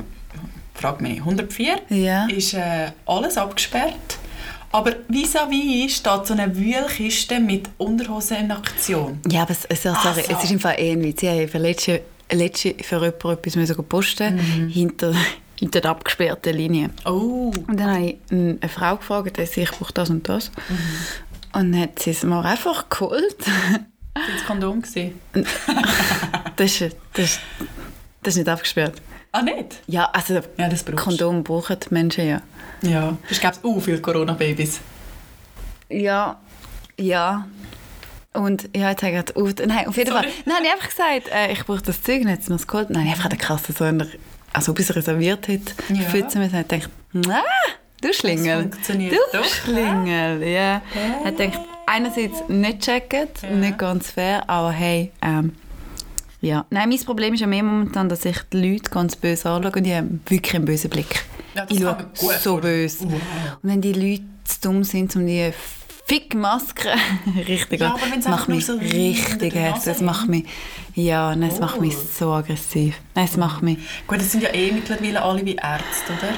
Speaker 2: frag mich, 104
Speaker 1: Ja.
Speaker 2: ist äh, alles abgesperrt. Aber vis-à-vis steht so eine Wühlkiste mit Unterhosen in Aktion.
Speaker 1: Ja, aber es, es, sorry,
Speaker 2: Also.
Speaker 1: es ist im Fall eh ein Witz. Ich habe für letzte, letzte für jemanden etwas müssen posten
Speaker 2: Mhm.
Speaker 1: hinter, hinter der abgesperrten Linie.
Speaker 2: Oh,
Speaker 1: Und dann habe ich n- eine Frau gefragt, die sie, ich brauche das und das.
Speaker 2: Mhm.
Speaker 1: Und dann hat sie es mir einfach geholt.
Speaker 2: das war Kondom. gewesen.
Speaker 1: Das ist, das, ist- das ist nicht abgesperrt.
Speaker 2: Ah, nicht?
Speaker 1: Ja, also
Speaker 2: Ja, das brauchst du.
Speaker 1: Kondom brauchen die Menschen ja.
Speaker 2: Ja, es gab auch viele Corona-Babys.
Speaker 1: Ja, ja. Und ja, jetzt habe ich gerade auf... Nein, auf jeden
Speaker 2: Sorry.
Speaker 1: Fall. Nein, ich habe einfach gesagt, äh, ich brauche das Zeug, dann hat sie mir das geholt. Nein, ich habe einfach gerade so einer, als ob ich es reserviert hätte,
Speaker 2: Ja.
Speaker 1: ja. fützen müssen. Ich dachte, ah, du
Speaker 2: Das
Speaker 1: Schlingel.
Speaker 2: funktioniert
Speaker 1: du
Speaker 2: doch, hä?
Speaker 1: Schlingel, ja. Ich dachte, einerseits nicht checken, nicht ganz fair, aber hey, ähm, ja. Nein, mein Problem ist ja mehr momentan, dass ich die Leute ganz böse anschaue und die haben wirklich einen bösen Blick.
Speaker 2: Ja, das
Speaker 1: ich schaue
Speaker 2: kann man gut Oh,
Speaker 1: so böse. Und wenn die Leute zu dumm sind, um die Fickmaske richtig
Speaker 2: Ja,
Speaker 1: an-
Speaker 2: aber wenn's
Speaker 1: das macht
Speaker 2: einfach nur
Speaker 1: mich
Speaker 2: so hinter der
Speaker 1: richtig hässlich.
Speaker 2: Nase
Speaker 1: Das macht mich, ja, nein, es macht mich
Speaker 2: Oh.
Speaker 1: so aggressiv. Nein, es macht mich,
Speaker 2: Gut, das sind ja eh mittlerweile alle wie Ärzte, oder?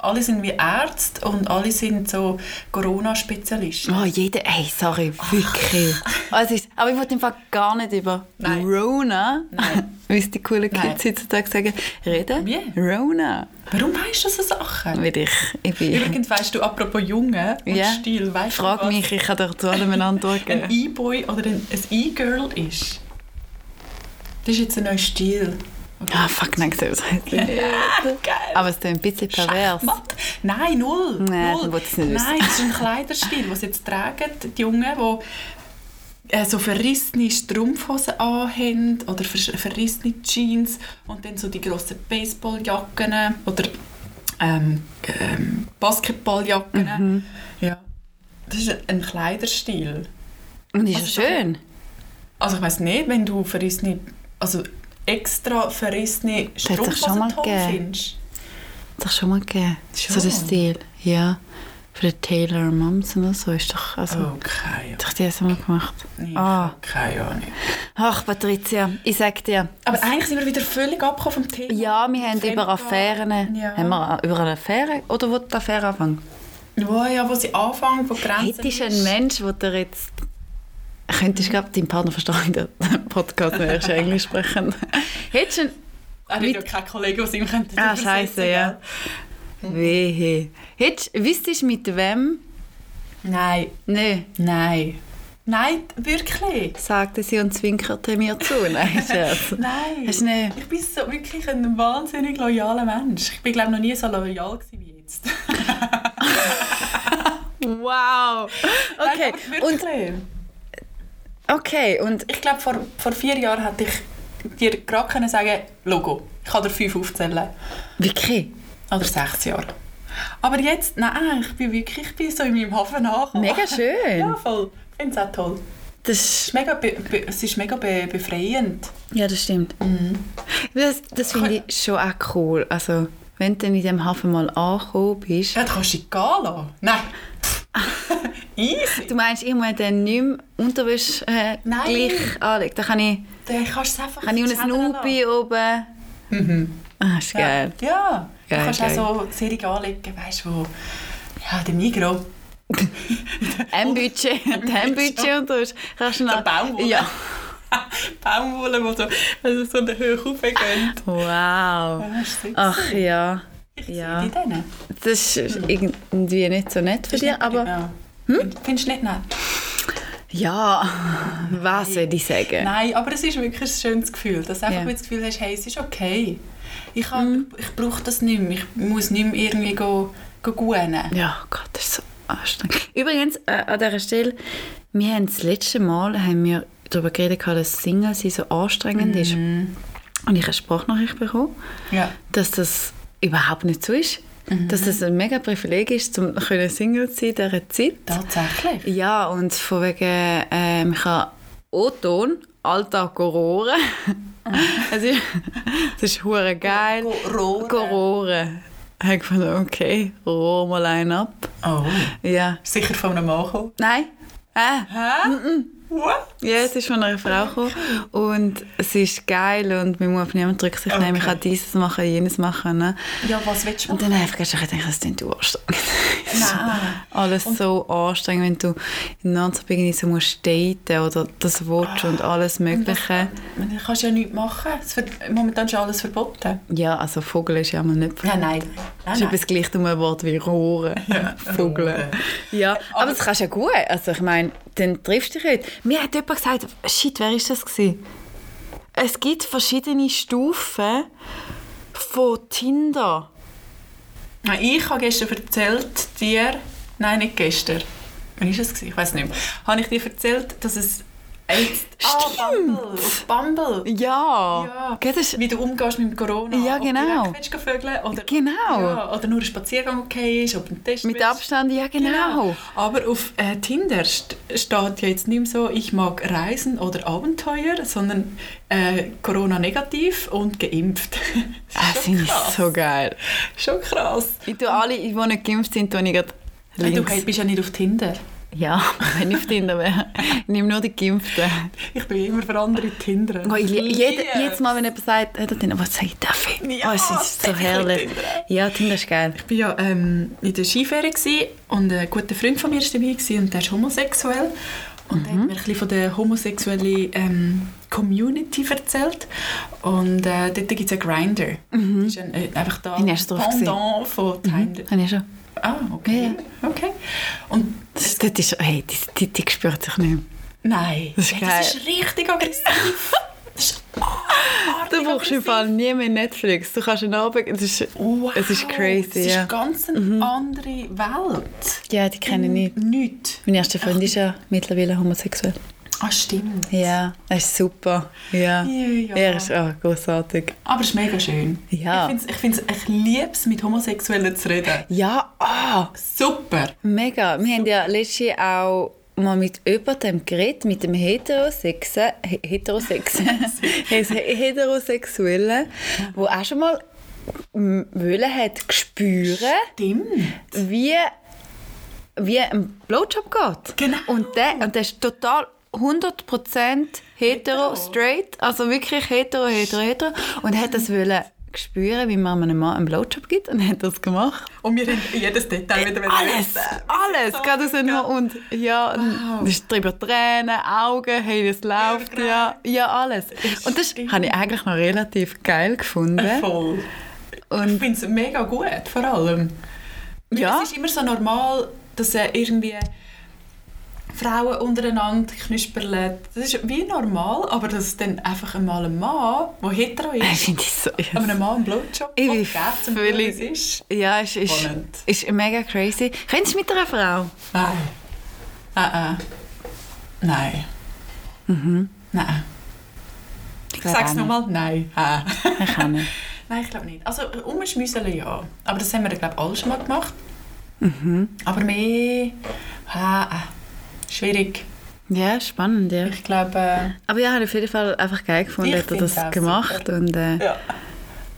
Speaker 2: Alle sind wie Ärzte und alle sind so Corona-Spezialisten.
Speaker 1: oh, jeder, ey, sorry, wirklich. Oh, es ist, aber ich wollte im Fall gar nicht über
Speaker 2: Nein.
Speaker 1: Rona,
Speaker 2: Nein.
Speaker 1: wie es die coolen Kids
Speaker 2: Nein.
Speaker 1: heutzutage sagen, reden.
Speaker 2: Wie?
Speaker 1: Rona.
Speaker 2: Warum weißt du so Sachen?
Speaker 1: Weil ich, ich bin,
Speaker 2: Übrigens weißt du, apropos Junge und
Speaker 1: Ja.
Speaker 2: Stil, weißt
Speaker 1: frag
Speaker 2: du, was
Speaker 1: mich, ich kann dir zu allem eine Antwort
Speaker 2: ein
Speaker 1: geben.
Speaker 2: E-Boy oder ein, ein E-Girl ist? Das ist jetzt ein neuer Stil.
Speaker 1: Ah, fuck, nein, ich sehe das heisst nicht.
Speaker 2: Geil.
Speaker 1: Aber es ist ein bisschen pervers.
Speaker 2: Schachmatt? Nein, null.
Speaker 1: Nein,
Speaker 2: null.
Speaker 1: dann will ich's nicht wissen.
Speaker 2: Nein, das ist ein Kleiderstil, was jetzt tragen die Jungen, die äh, so verrissene Strumpfhosen anhaben oder ver verrissene Jeans und dann so die grossen Baseballjacken oder ähm, ähm, Basketballjacken.
Speaker 1: Mhm.
Speaker 2: Ja. Das ist ein Kleiderstil.
Speaker 1: Und ist ja
Speaker 2: Also,
Speaker 1: schön.
Speaker 2: Also ich weiß nicht, wenn du verrissene, also extra verrissene
Speaker 1: hat's doch schon mal
Speaker 2: Strumpfhosen toll
Speaker 1: gegeben.
Speaker 2: findest.
Speaker 1: Hat doch schon mal gegeben. So
Speaker 2: Schon?
Speaker 1: der Stil. Ja. Von der Taylor Moms und so ist doch. Also, hat
Speaker 2: Okay,
Speaker 1: doch die erst mal gemacht.
Speaker 2: ja.
Speaker 1: Ah.
Speaker 2: Oh, Keine Ahnung.
Speaker 1: Ach, Patricia, ich sag dir.
Speaker 2: Aber eigentlich sind wir wieder völlig abgekommen vom Thema.
Speaker 1: Ja, wir haben über Affären.
Speaker 2: Ja.
Speaker 1: Haben wir über eine Affäre? Oder wo die Affäre anfangen? Also
Speaker 2: Ja, ja, wo sie anfangen, wo die Grenzen...
Speaker 1: Hättest du einen Mensch, der dir jetzt Könntest du gerade deinen Partner verstehen, der Podcast nicht erst Englisch sprechen? Hättest du einen
Speaker 2: Er hat ja keinen Kollegen, der ihm könnte
Speaker 1: Ah,
Speaker 2: übersetzen,
Speaker 1: scheiße,
Speaker 2: gell?
Speaker 1: ja. Wehe. Hättest, wüsstest du mit wem?
Speaker 2: Nein,
Speaker 1: Nein,
Speaker 2: nein. Nein, wirklich.
Speaker 1: sagte sie und zwinkerte mir zu. Nein, Scherz.
Speaker 2: Nein.
Speaker 1: Hast du nicht?
Speaker 2: Ich bin so wirklich ein wahnsinnig loyaler Mensch. Ich bin, glaube noch nie so loyal gewesen wie jetzt.
Speaker 1: Wow. Okay,
Speaker 2: Nein, aber
Speaker 1: und,
Speaker 2: wirklich.
Speaker 1: okay, und
Speaker 2: ich glaube, vor, vor vier Jahren hätte ich dir gerade können sagen Logo, ich kann dir fünf aufzählen.
Speaker 1: wirklich,
Speaker 2: Oder sechs Jahre. Aber jetzt, nein, ich bin wirklich ich bin so in meinem Hafen angekommen.
Speaker 1: mega schön.
Speaker 2: Ja, voll. Ich finde es auch toll.
Speaker 1: Das
Speaker 2: Es
Speaker 1: ist,
Speaker 2: ist mega, be be es ist mega be befreiend.
Speaker 1: ja, das stimmt.
Speaker 2: Mhm.
Speaker 1: Das, das finde ich schon auch cool. Also, wenn du dann in diesem Hafen mal angekommen bist,
Speaker 2: Ja, du kannst dich gehen lassen. Nein. Easy.
Speaker 1: Du meinst, ich muss dann nicht mehr Unterwäsche äh,
Speaker 2: Nein.
Speaker 1: gleich anlegen? Da kann ich,
Speaker 2: Dann kannst du es einfach
Speaker 1: kann ich einen
Speaker 2: schädeln lassen.
Speaker 1: Snoopy oben... Ah, ist geil.
Speaker 2: Mhm. Ja, ja.
Speaker 1: Geil,
Speaker 2: du kannst
Speaker 1: geil.
Speaker 2: auch so die Serie anlegen, weißt du, wo... Ja, der Migro.
Speaker 1: Ein Budget, ein Budget und du hast- kannst du
Speaker 2: Der
Speaker 1: noch...
Speaker 2: Baumwolle.
Speaker 1: Ah. Ja.
Speaker 2: Baumwolle, wo so, also so eine Höhe
Speaker 1: Ah.
Speaker 2: hochgeht.
Speaker 1: Wow. Ach ja.
Speaker 2: ich
Speaker 1: Ah, ja.
Speaker 2: ja. die denen.
Speaker 1: Das ist irgendwie nicht so nett für dich, aber...
Speaker 2: Ja. Hm? Findest du nicht nett?
Speaker 1: Ja, was soll ich sagen?
Speaker 2: Nein, aber es ist wirklich ein schönes Gefühl, dass du einfach
Speaker 1: Ja.
Speaker 2: das Gefühl hast, hey, es ist okay. Ich, hab, ich brauche das nicht mehr. Ich muss nicht mehr irgendwie go, go guänen.
Speaker 1: Ja, Gott, das ist so anstrengend. Übrigens, äh, an dieser Stelle, wir haben das letzte Mal haben wir darüber geredet, gehabt, dass Single sein so anstrengend ist. Und ich habe eine Sprachnachricht bekommen.
Speaker 2: Ja.
Speaker 1: dass das überhaupt nicht so ist.
Speaker 2: Mhm.
Speaker 1: Dass das ein mega Privileg ist, um können Single zu sein in dieser Zeit.
Speaker 2: Tatsächlich.
Speaker 1: Ja, und von wegen, ähm, ich habe O-Ton, Alltag gerohren. es ist, es ist hure geil.
Speaker 2: Gerohren.
Speaker 1: Gerohren. Ich habe gefunden, okay, rohr mal einen ab.
Speaker 2: Oh.
Speaker 1: Ja.
Speaker 2: Sicher von einem Mann gekommen.
Speaker 1: Nein. Äh.
Speaker 2: Hä? What?
Speaker 1: Ja, es ist von einer Frau gekommen und es ist geil und man muss auf niemanden Rücksicht nehmen, ich
Speaker 2: Okay.
Speaker 1: kann dieses machen, jenes machen. Ne?
Speaker 2: Ja, was willst du
Speaker 1: Und dann einfach ich gedacht, das klingt du anstrengend.
Speaker 2: Nein.
Speaker 1: Alles so anstrengend, wenn du in Nantes irgendwie so musst daten oder das Wort
Speaker 2: Ah.
Speaker 1: und alles Mögliche.
Speaker 2: Man man kannst ja nichts machen. Es ver- Momentan ist ja alles verboten.
Speaker 1: Ja, also Vogel ist ja mal nicht
Speaker 2: Nein, nein.
Speaker 1: Das ist etwas gleich um ein Wort wie Rohren. Vogel.
Speaker 2: Rohren.
Speaker 1: Ja, aber, das kannst du ja gut. Also ich meine, dann triffst du dich heute. Mir hat jemand gesagt, shit, wer ist das gewesen? Es gibt verschiedene Stufen von Tinder.
Speaker 2: Nein, Ich habe gestern erzählt dir, nein, nicht gestern. Wann war es? gewesen? Ich weiß nicht mehr. Habe ich dir erzählt, dass es jetzt... Ah, Bumble. Auf Bumble.
Speaker 1: Ja.
Speaker 2: Ja.
Speaker 1: Gell, Das ist,
Speaker 2: Wie du umgehst mit dem Corona.
Speaker 1: Ja,
Speaker 2: Ob
Speaker 1: genau.
Speaker 2: du direkt willst vögeln oder,
Speaker 1: Genau.
Speaker 2: Ja, oder nur ein Spaziergang okay ist, ob ein Test
Speaker 1: mit
Speaker 2: willst.
Speaker 1: Abstand, ja genau.
Speaker 2: Genau. Aber auf äh, Tinder st steht ja jetzt nicht mehr so, ich mag Reisen oder Abenteuer, sondern äh, Corona-negativ und geimpft.
Speaker 1: Ah, Das
Speaker 2: Das ist schon
Speaker 1: finde ich
Speaker 2: krass.
Speaker 1: so geil.
Speaker 2: Schon krass.
Speaker 1: Ich tue alle, die nicht geimpft sind, tue ich gerade
Speaker 2: Hey, Du
Speaker 1: links.
Speaker 2: bist ja nicht auf Tinder.
Speaker 1: Ja, wenn ich auf Tinder wäre. Ich nehme nur die Geimpften.
Speaker 2: Ich bin immer für andere Tinder.
Speaker 1: Oh, ich, lie- jede, jedes Mal, wenn jemand sagt, hat er den, was sage ich dafür?
Speaker 2: Ja,
Speaker 1: oh, es ist so
Speaker 2: sag ich
Speaker 1: herrlich.
Speaker 2: Tinder.
Speaker 1: Ja, Tinder ist geil.
Speaker 2: Ich war ja ähm, in der Skifähre gewesen und ein guter Freund von mir war dabei gewesen und der ist homosexuell. Und
Speaker 1: Mhm.
Speaker 2: der hat mir ein bisschen von der homosexuellen ähm, Community erzählt. Und äh, dort gibt es einen Grinder.
Speaker 1: Mhm.
Speaker 2: Das ist ein, äh, einfach da
Speaker 1: Bin ich erst drauf gewesen.
Speaker 2: Pendant
Speaker 1: Mhm.
Speaker 2: von Tinder.
Speaker 1: Habe ich schon.
Speaker 2: Ah, okay. okay. Und
Speaker 1: Das, das ist, hey, die, die, die spürt sich nicht mehr.
Speaker 2: nein,
Speaker 1: Das ist
Speaker 2: Hey,
Speaker 1: geil.
Speaker 2: das ist richtig aggressiv. das ist abartig
Speaker 1: Du brauchst im
Speaker 2: aggressiv.
Speaker 1: Fall nie mehr Netflix. Du kannst einen Abend... Das ist,
Speaker 2: Wow,
Speaker 1: Es ist
Speaker 2: Das
Speaker 1: crazy,
Speaker 2: ist
Speaker 1: ja. Mhm.
Speaker 2: eine ganz eine andere Welt.
Speaker 1: Ja, die kenne ich nicht.
Speaker 2: Nichts.
Speaker 1: Mein erster Freund ist ja mittlerweile homosexuell.
Speaker 2: Ah, stimmt.
Speaker 1: Ja, das ist super. Ja,
Speaker 2: Ja, ja.
Speaker 1: er ist auch großartig.
Speaker 2: Aber es ist mega schön.
Speaker 1: Ja.
Speaker 2: Ich finde es, ich, find's- ich liebe es, mit Homosexuellen zu reden.
Speaker 1: Ja, ah,
Speaker 2: Super.
Speaker 1: Mega. Wir haben ja letztens auch mal mit jemandem geredet, mit dem Heterosexen, He- Heterosexen, Es- Heterosexuellen, wo auch schon mal m- wollen hat spüren,
Speaker 2: Stimmt.
Speaker 1: wie, wie ein Blowjob geht.
Speaker 2: Genau.
Speaker 1: Und der, und der ist total 100% hetero,
Speaker 2: Hetero.
Speaker 1: straight, also wirklich hetero, hetero, hetero. Und hat das wollen spüren, wie man einem Mann einen Blowjob gibt und hat das gemacht.
Speaker 2: Und wir haben jedes Detail wieder
Speaker 1: Alles, alles, dus gerade aus dem und ja, dus wow. das ist drüber Tränen, Augen, hey, das läuft, ja, ja, alles. Und das
Speaker 2: stimmt.
Speaker 1: habe ich eigentlich noch relativ geil gefunden.
Speaker 2: Voll. ich
Speaker 1: Und
Speaker 2: finde es mega gut, vor allem. Weil
Speaker 1: Ja.
Speaker 2: Es ist immer so normal, dass äh, irgendwie Frauen untereinander knusperlen. Das ist wie normal, aber dass dann einfach einmal ein Mann, der hetero
Speaker 1: ich
Speaker 2: ist,
Speaker 1: finde es so.
Speaker 2: aber einem Mann einen Blowjob
Speaker 1: Äh, Ich bin
Speaker 2: abgibt, zum Beispiel,
Speaker 1: völlig-
Speaker 2: es ist.
Speaker 1: Ja, ist, ist,
Speaker 2: Spannend.
Speaker 1: ist mega crazy. Kennst du mit einer Frau?
Speaker 2: Nein. Äh, äh. Nein.
Speaker 1: Mhm.
Speaker 2: Nein. Ich
Speaker 1: glaub
Speaker 2: sag's
Speaker 1: auch
Speaker 2: nochmal, nein. Äh.
Speaker 1: Ich kann nicht.
Speaker 2: Nein, ich glaube nicht. Also äh, umschmüsseln ja. Aber das haben wir, glaube ich, alle schon mal gemacht.
Speaker 1: Mhm.
Speaker 2: Aber mehr... Ah, ah. Schwierig.
Speaker 1: Ja, spannend, ja.
Speaker 2: Ich glaube... Äh,
Speaker 1: Aber ja, habe ich auf jeden Fall einfach geil gefunden,
Speaker 2: Ich
Speaker 1: dass er
Speaker 2: find's
Speaker 1: das
Speaker 2: auch
Speaker 1: gemacht und äh,
Speaker 2: ja.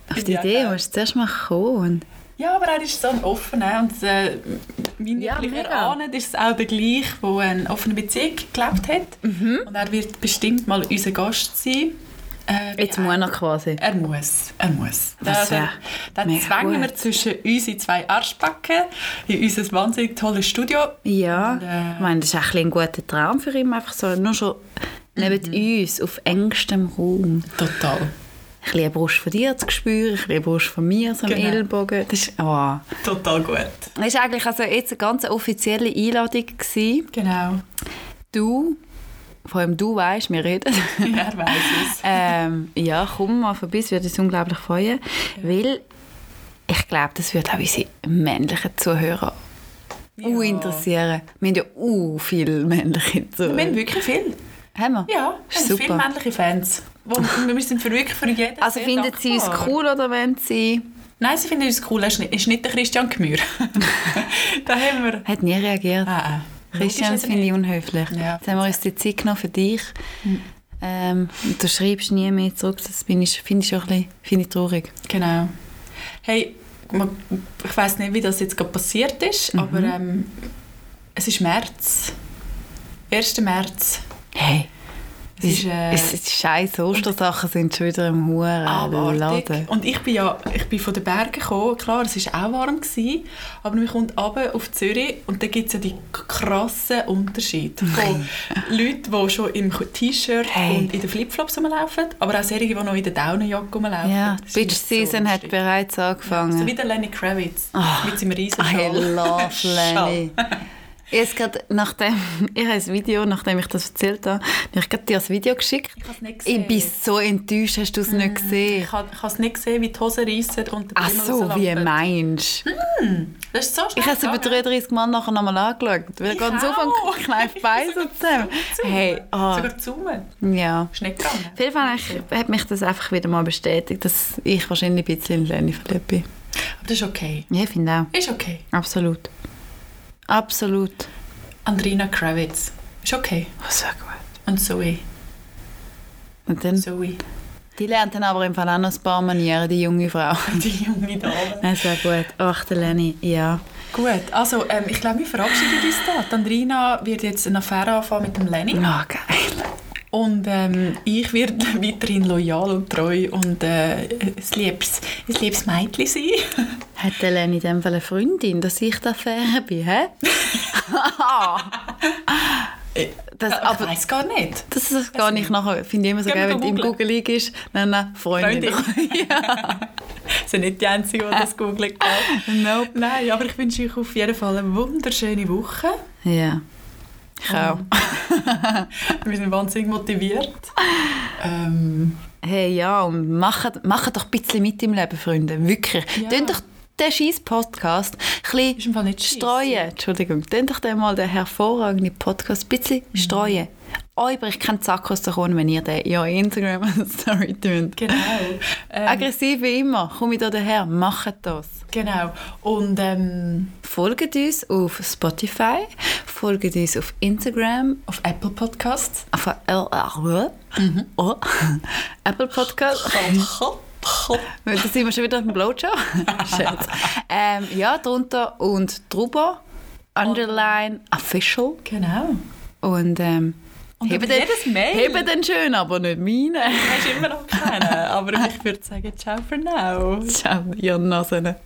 Speaker 1: auf
Speaker 2: Find
Speaker 1: die
Speaker 2: ich auch
Speaker 1: Idee
Speaker 2: geil.
Speaker 1: musst du zuerst mal kommen.
Speaker 2: ja, aber er ist so ein offener und äh, wie
Speaker 1: Ja,
Speaker 2: ja, ich
Speaker 1: mega.
Speaker 2: ahnet, ist es auch der gleiche, der eine offene Beziehung gelebt hat.
Speaker 1: Mhm.
Speaker 2: Und er wird bestimmt mal unser Gast sein. Äh,
Speaker 1: Jetzt
Speaker 2: wie
Speaker 1: muss er quasi.
Speaker 2: Er muss, er muss.
Speaker 1: Das
Speaker 2: Also,
Speaker 1: wär
Speaker 2: Dann
Speaker 1: mega
Speaker 2: zwängen wir
Speaker 1: gut.
Speaker 2: zwischen unsere zwei Arschbacken in unser wahnsinnig tolles Studio.
Speaker 1: Ja,
Speaker 2: Und, äh,
Speaker 1: ich meine, das ist ein, bisschen ein guter Traum für ihn, einfach so, nur schon neben uns, auf engstem Raum.
Speaker 2: Total.
Speaker 1: Ein bisschen eine Brust von dir zu spüren, ein bisschen eine Brust von mir, so am
Speaker 2: Genau.
Speaker 1: Ellbogen. Das ist, oh.
Speaker 2: Total gut.
Speaker 1: das ist eigentlich also jetzt eine ganz offizielle Einladung gewesen.
Speaker 2: Genau.
Speaker 1: Du, vor allem du weißt, wir reden.
Speaker 2: Er weiß es.
Speaker 1: ähm, ja, komm mal vorbei, es würde uns unglaublich freuen, weil ich glaube, das würde auch unsere männlichen Zuhörer ja. interessieren. Wir haben ja uh, viele männliche Zuhörer.
Speaker 2: Wir haben wirklich viel.
Speaker 1: Haben wir?
Speaker 2: Ja, wir
Speaker 1: Ist
Speaker 2: haben viele
Speaker 1: super.
Speaker 2: männliche Fans. Wo, wir sind für wirklich für jeden
Speaker 1: Also
Speaker 2: sehr
Speaker 1: finden Sie uns
Speaker 2: dankbar.
Speaker 1: cool oder wenn Sie...
Speaker 2: Nein, sie finden uns cool. Er ist nicht, ist nicht der Christian Gmür. da haben wir...
Speaker 1: Hat nie reagiert.
Speaker 2: Ah, ah.
Speaker 1: Christian, das
Speaker 2: Logisch
Speaker 1: finde
Speaker 2: hat
Speaker 1: ich unhöflich.
Speaker 2: Ja, Hm.
Speaker 1: Jetzt haben wir uns die Zeit genommen für dich. Ähm, und du schreibst nie mehr zurück. Das bin ich- finde ich auch ein bisschen finde ich traurig.
Speaker 2: er- Genau. Hey, man, ich weiß nicht, wie das jetzt gerade passiert ist,
Speaker 1: Mhm.
Speaker 2: aber ähm, es ist März. 1. März.
Speaker 1: Hey,
Speaker 2: Es ist... Äh,
Speaker 1: es ist scheiß Ostersachen sind schon wieder im Huren
Speaker 2: abartig. Und ich bin ja ich bin von den Bergen gekommen. Klar, es war auch warm. Gewesen, aber man kommt runter auf Zürich und da gibt es ja die k- krassen Unterschiede. Von Leuten, die schon im T-Shirt
Speaker 1: Hey.
Speaker 2: und in den Flipflops rumlaufen, aber auch solche, die noch in der Daunenjacke rumlaufen.
Speaker 1: Ja,
Speaker 2: Das
Speaker 1: die Bitch
Speaker 2: ist nicht so
Speaker 1: Season hat
Speaker 2: lustig.
Speaker 1: bereits
Speaker 2: So
Speaker 1: angefangen.
Speaker 2: wie der Lenny Kravitz
Speaker 1: Ah.
Speaker 2: mit seinem riesen
Speaker 1: I
Speaker 2: Schal.
Speaker 1: love
Speaker 2: Schal.
Speaker 1: Lenny. Jetzt gerade nachdem, ich habe ein Video, nachdem ich das erzählt habe, habe ich gerade dir das Video geschickt.
Speaker 2: Ich habe es nicht gesehen. Mhm.
Speaker 1: Ich bin so enttäuscht, hast du es nicht gesehen?
Speaker 2: Ich habe es nicht gesehen, wie die Hose reissen und der
Speaker 1: Ach
Speaker 2: Pimmel
Speaker 1: so, wie
Speaker 2: rauslaufen.
Speaker 1: meinst du?
Speaker 2: Das ist so schnell
Speaker 1: Ich habe es über
Speaker 2: gegangen.
Speaker 1: 33 Mal nachher nochmal angeschaut. Weil
Speaker 2: Ich
Speaker 1: ganz auf
Speaker 2: auch.
Speaker 1: und kneift Beise zusammen. Hey, ah,
Speaker 2: Sogar zoomen.
Speaker 1: ja.
Speaker 2: Ist nicht gegangen.
Speaker 1: Auf jeden Fall ich- hat mich das einfach wieder mal bestätigt, dass ich wahrscheinlich ein bisschen in Lenny verliebt bin.
Speaker 2: Aber das ist okay.
Speaker 1: Ja, ich finde
Speaker 2: Ist okay.
Speaker 1: auch. Absolut. Absolut.
Speaker 2: Andrina Kravitz. Ist okay.
Speaker 1: Oh, so gut.
Speaker 2: Und Zoe.
Speaker 1: Und dann,
Speaker 2: Zoe.
Speaker 1: die lernt dann aber im Fall auch noch ein paar Manieren, die junge Frau.
Speaker 2: Die junge Dame.
Speaker 1: Ja, sehr gut. Ach, der Lenny, ja.
Speaker 2: Gut, also ähm, ich glaube, wir verabschieden uns da. Die Andrina wird jetzt eine Affäre anfangen mit dem Lenny.
Speaker 1: Oh, geil.
Speaker 2: Und ähm, ich werde weiterhin loyal und treu und äh, ein liebes, ein liebes Mädchen sein.
Speaker 1: Hat der Lenny in dem Fall eine Freundin, dass ich da fair bin, hä? das,
Speaker 2: Ja, ich
Speaker 1: aber
Speaker 2: weiß gar nicht.
Speaker 1: das ist gar nicht nachher, finde ich immer so
Speaker 2: Gehen wir
Speaker 1: geil, wenn du im
Speaker 2: googlen.
Speaker 1: Google League ist. Nein, nein, Freundin.
Speaker 2: Sie sind nicht die Einzigen, die das googelt haben.
Speaker 1: nope.
Speaker 2: Nein, aber ich wünsche euch auf jeden Fall eine wunderschöne Woche.
Speaker 1: Ja. Ich auch.
Speaker 2: Wir sind wahnsinnig motiviert. Ähm,
Speaker 1: Hey, ja, und macht, macht doch ein bisschen mit im Leben, Freunde. Wirklich.
Speaker 2: Ja.
Speaker 1: Tönt doch den scheiß Podcast ein
Speaker 2: ist
Speaker 1: bisschen
Speaker 2: im Fall nicht scheisse.
Speaker 1: streuen. Entschuldigung. Tönt doch den mal den hervorragenden Podcast ein bisschen
Speaker 2: Mhm.
Speaker 1: streuen. Euch bricht kein Zack aus der Krone, wenn ihr den in eurer Instagram-Story tönt.
Speaker 2: Genau. Ähm,
Speaker 1: Aggressiv wie immer. Komm ich da daher, macht das.
Speaker 2: genau. Und ähm,
Speaker 1: Folgt uns auf Spotify, folgt uns auf Instagram,
Speaker 2: auf Apple Podcasts.
Speaker 1: auf LR,
Speaker 2: Mhm.
Speaker 1: oh, Apple Podcast. Weil Da sind wir schon wieder auf dem Blowjob. Scherz. ähm, ja, drunter und drüber. Underline, official.
Speaker 2: genau.
Speaker 1: Und ähm,
Speaker 2: Und
Speaker 1: Heben
Speaker 2: über
Speaker 1: den-
Speaker 2: jedes Mail
Speaker 1: Heben den schön, aber nicht meine.
Speaker 2: hast du immer noch keinen. Aber ich würde sagen, ciao for now.
Speaker 1: Ciao, ihr Nasen.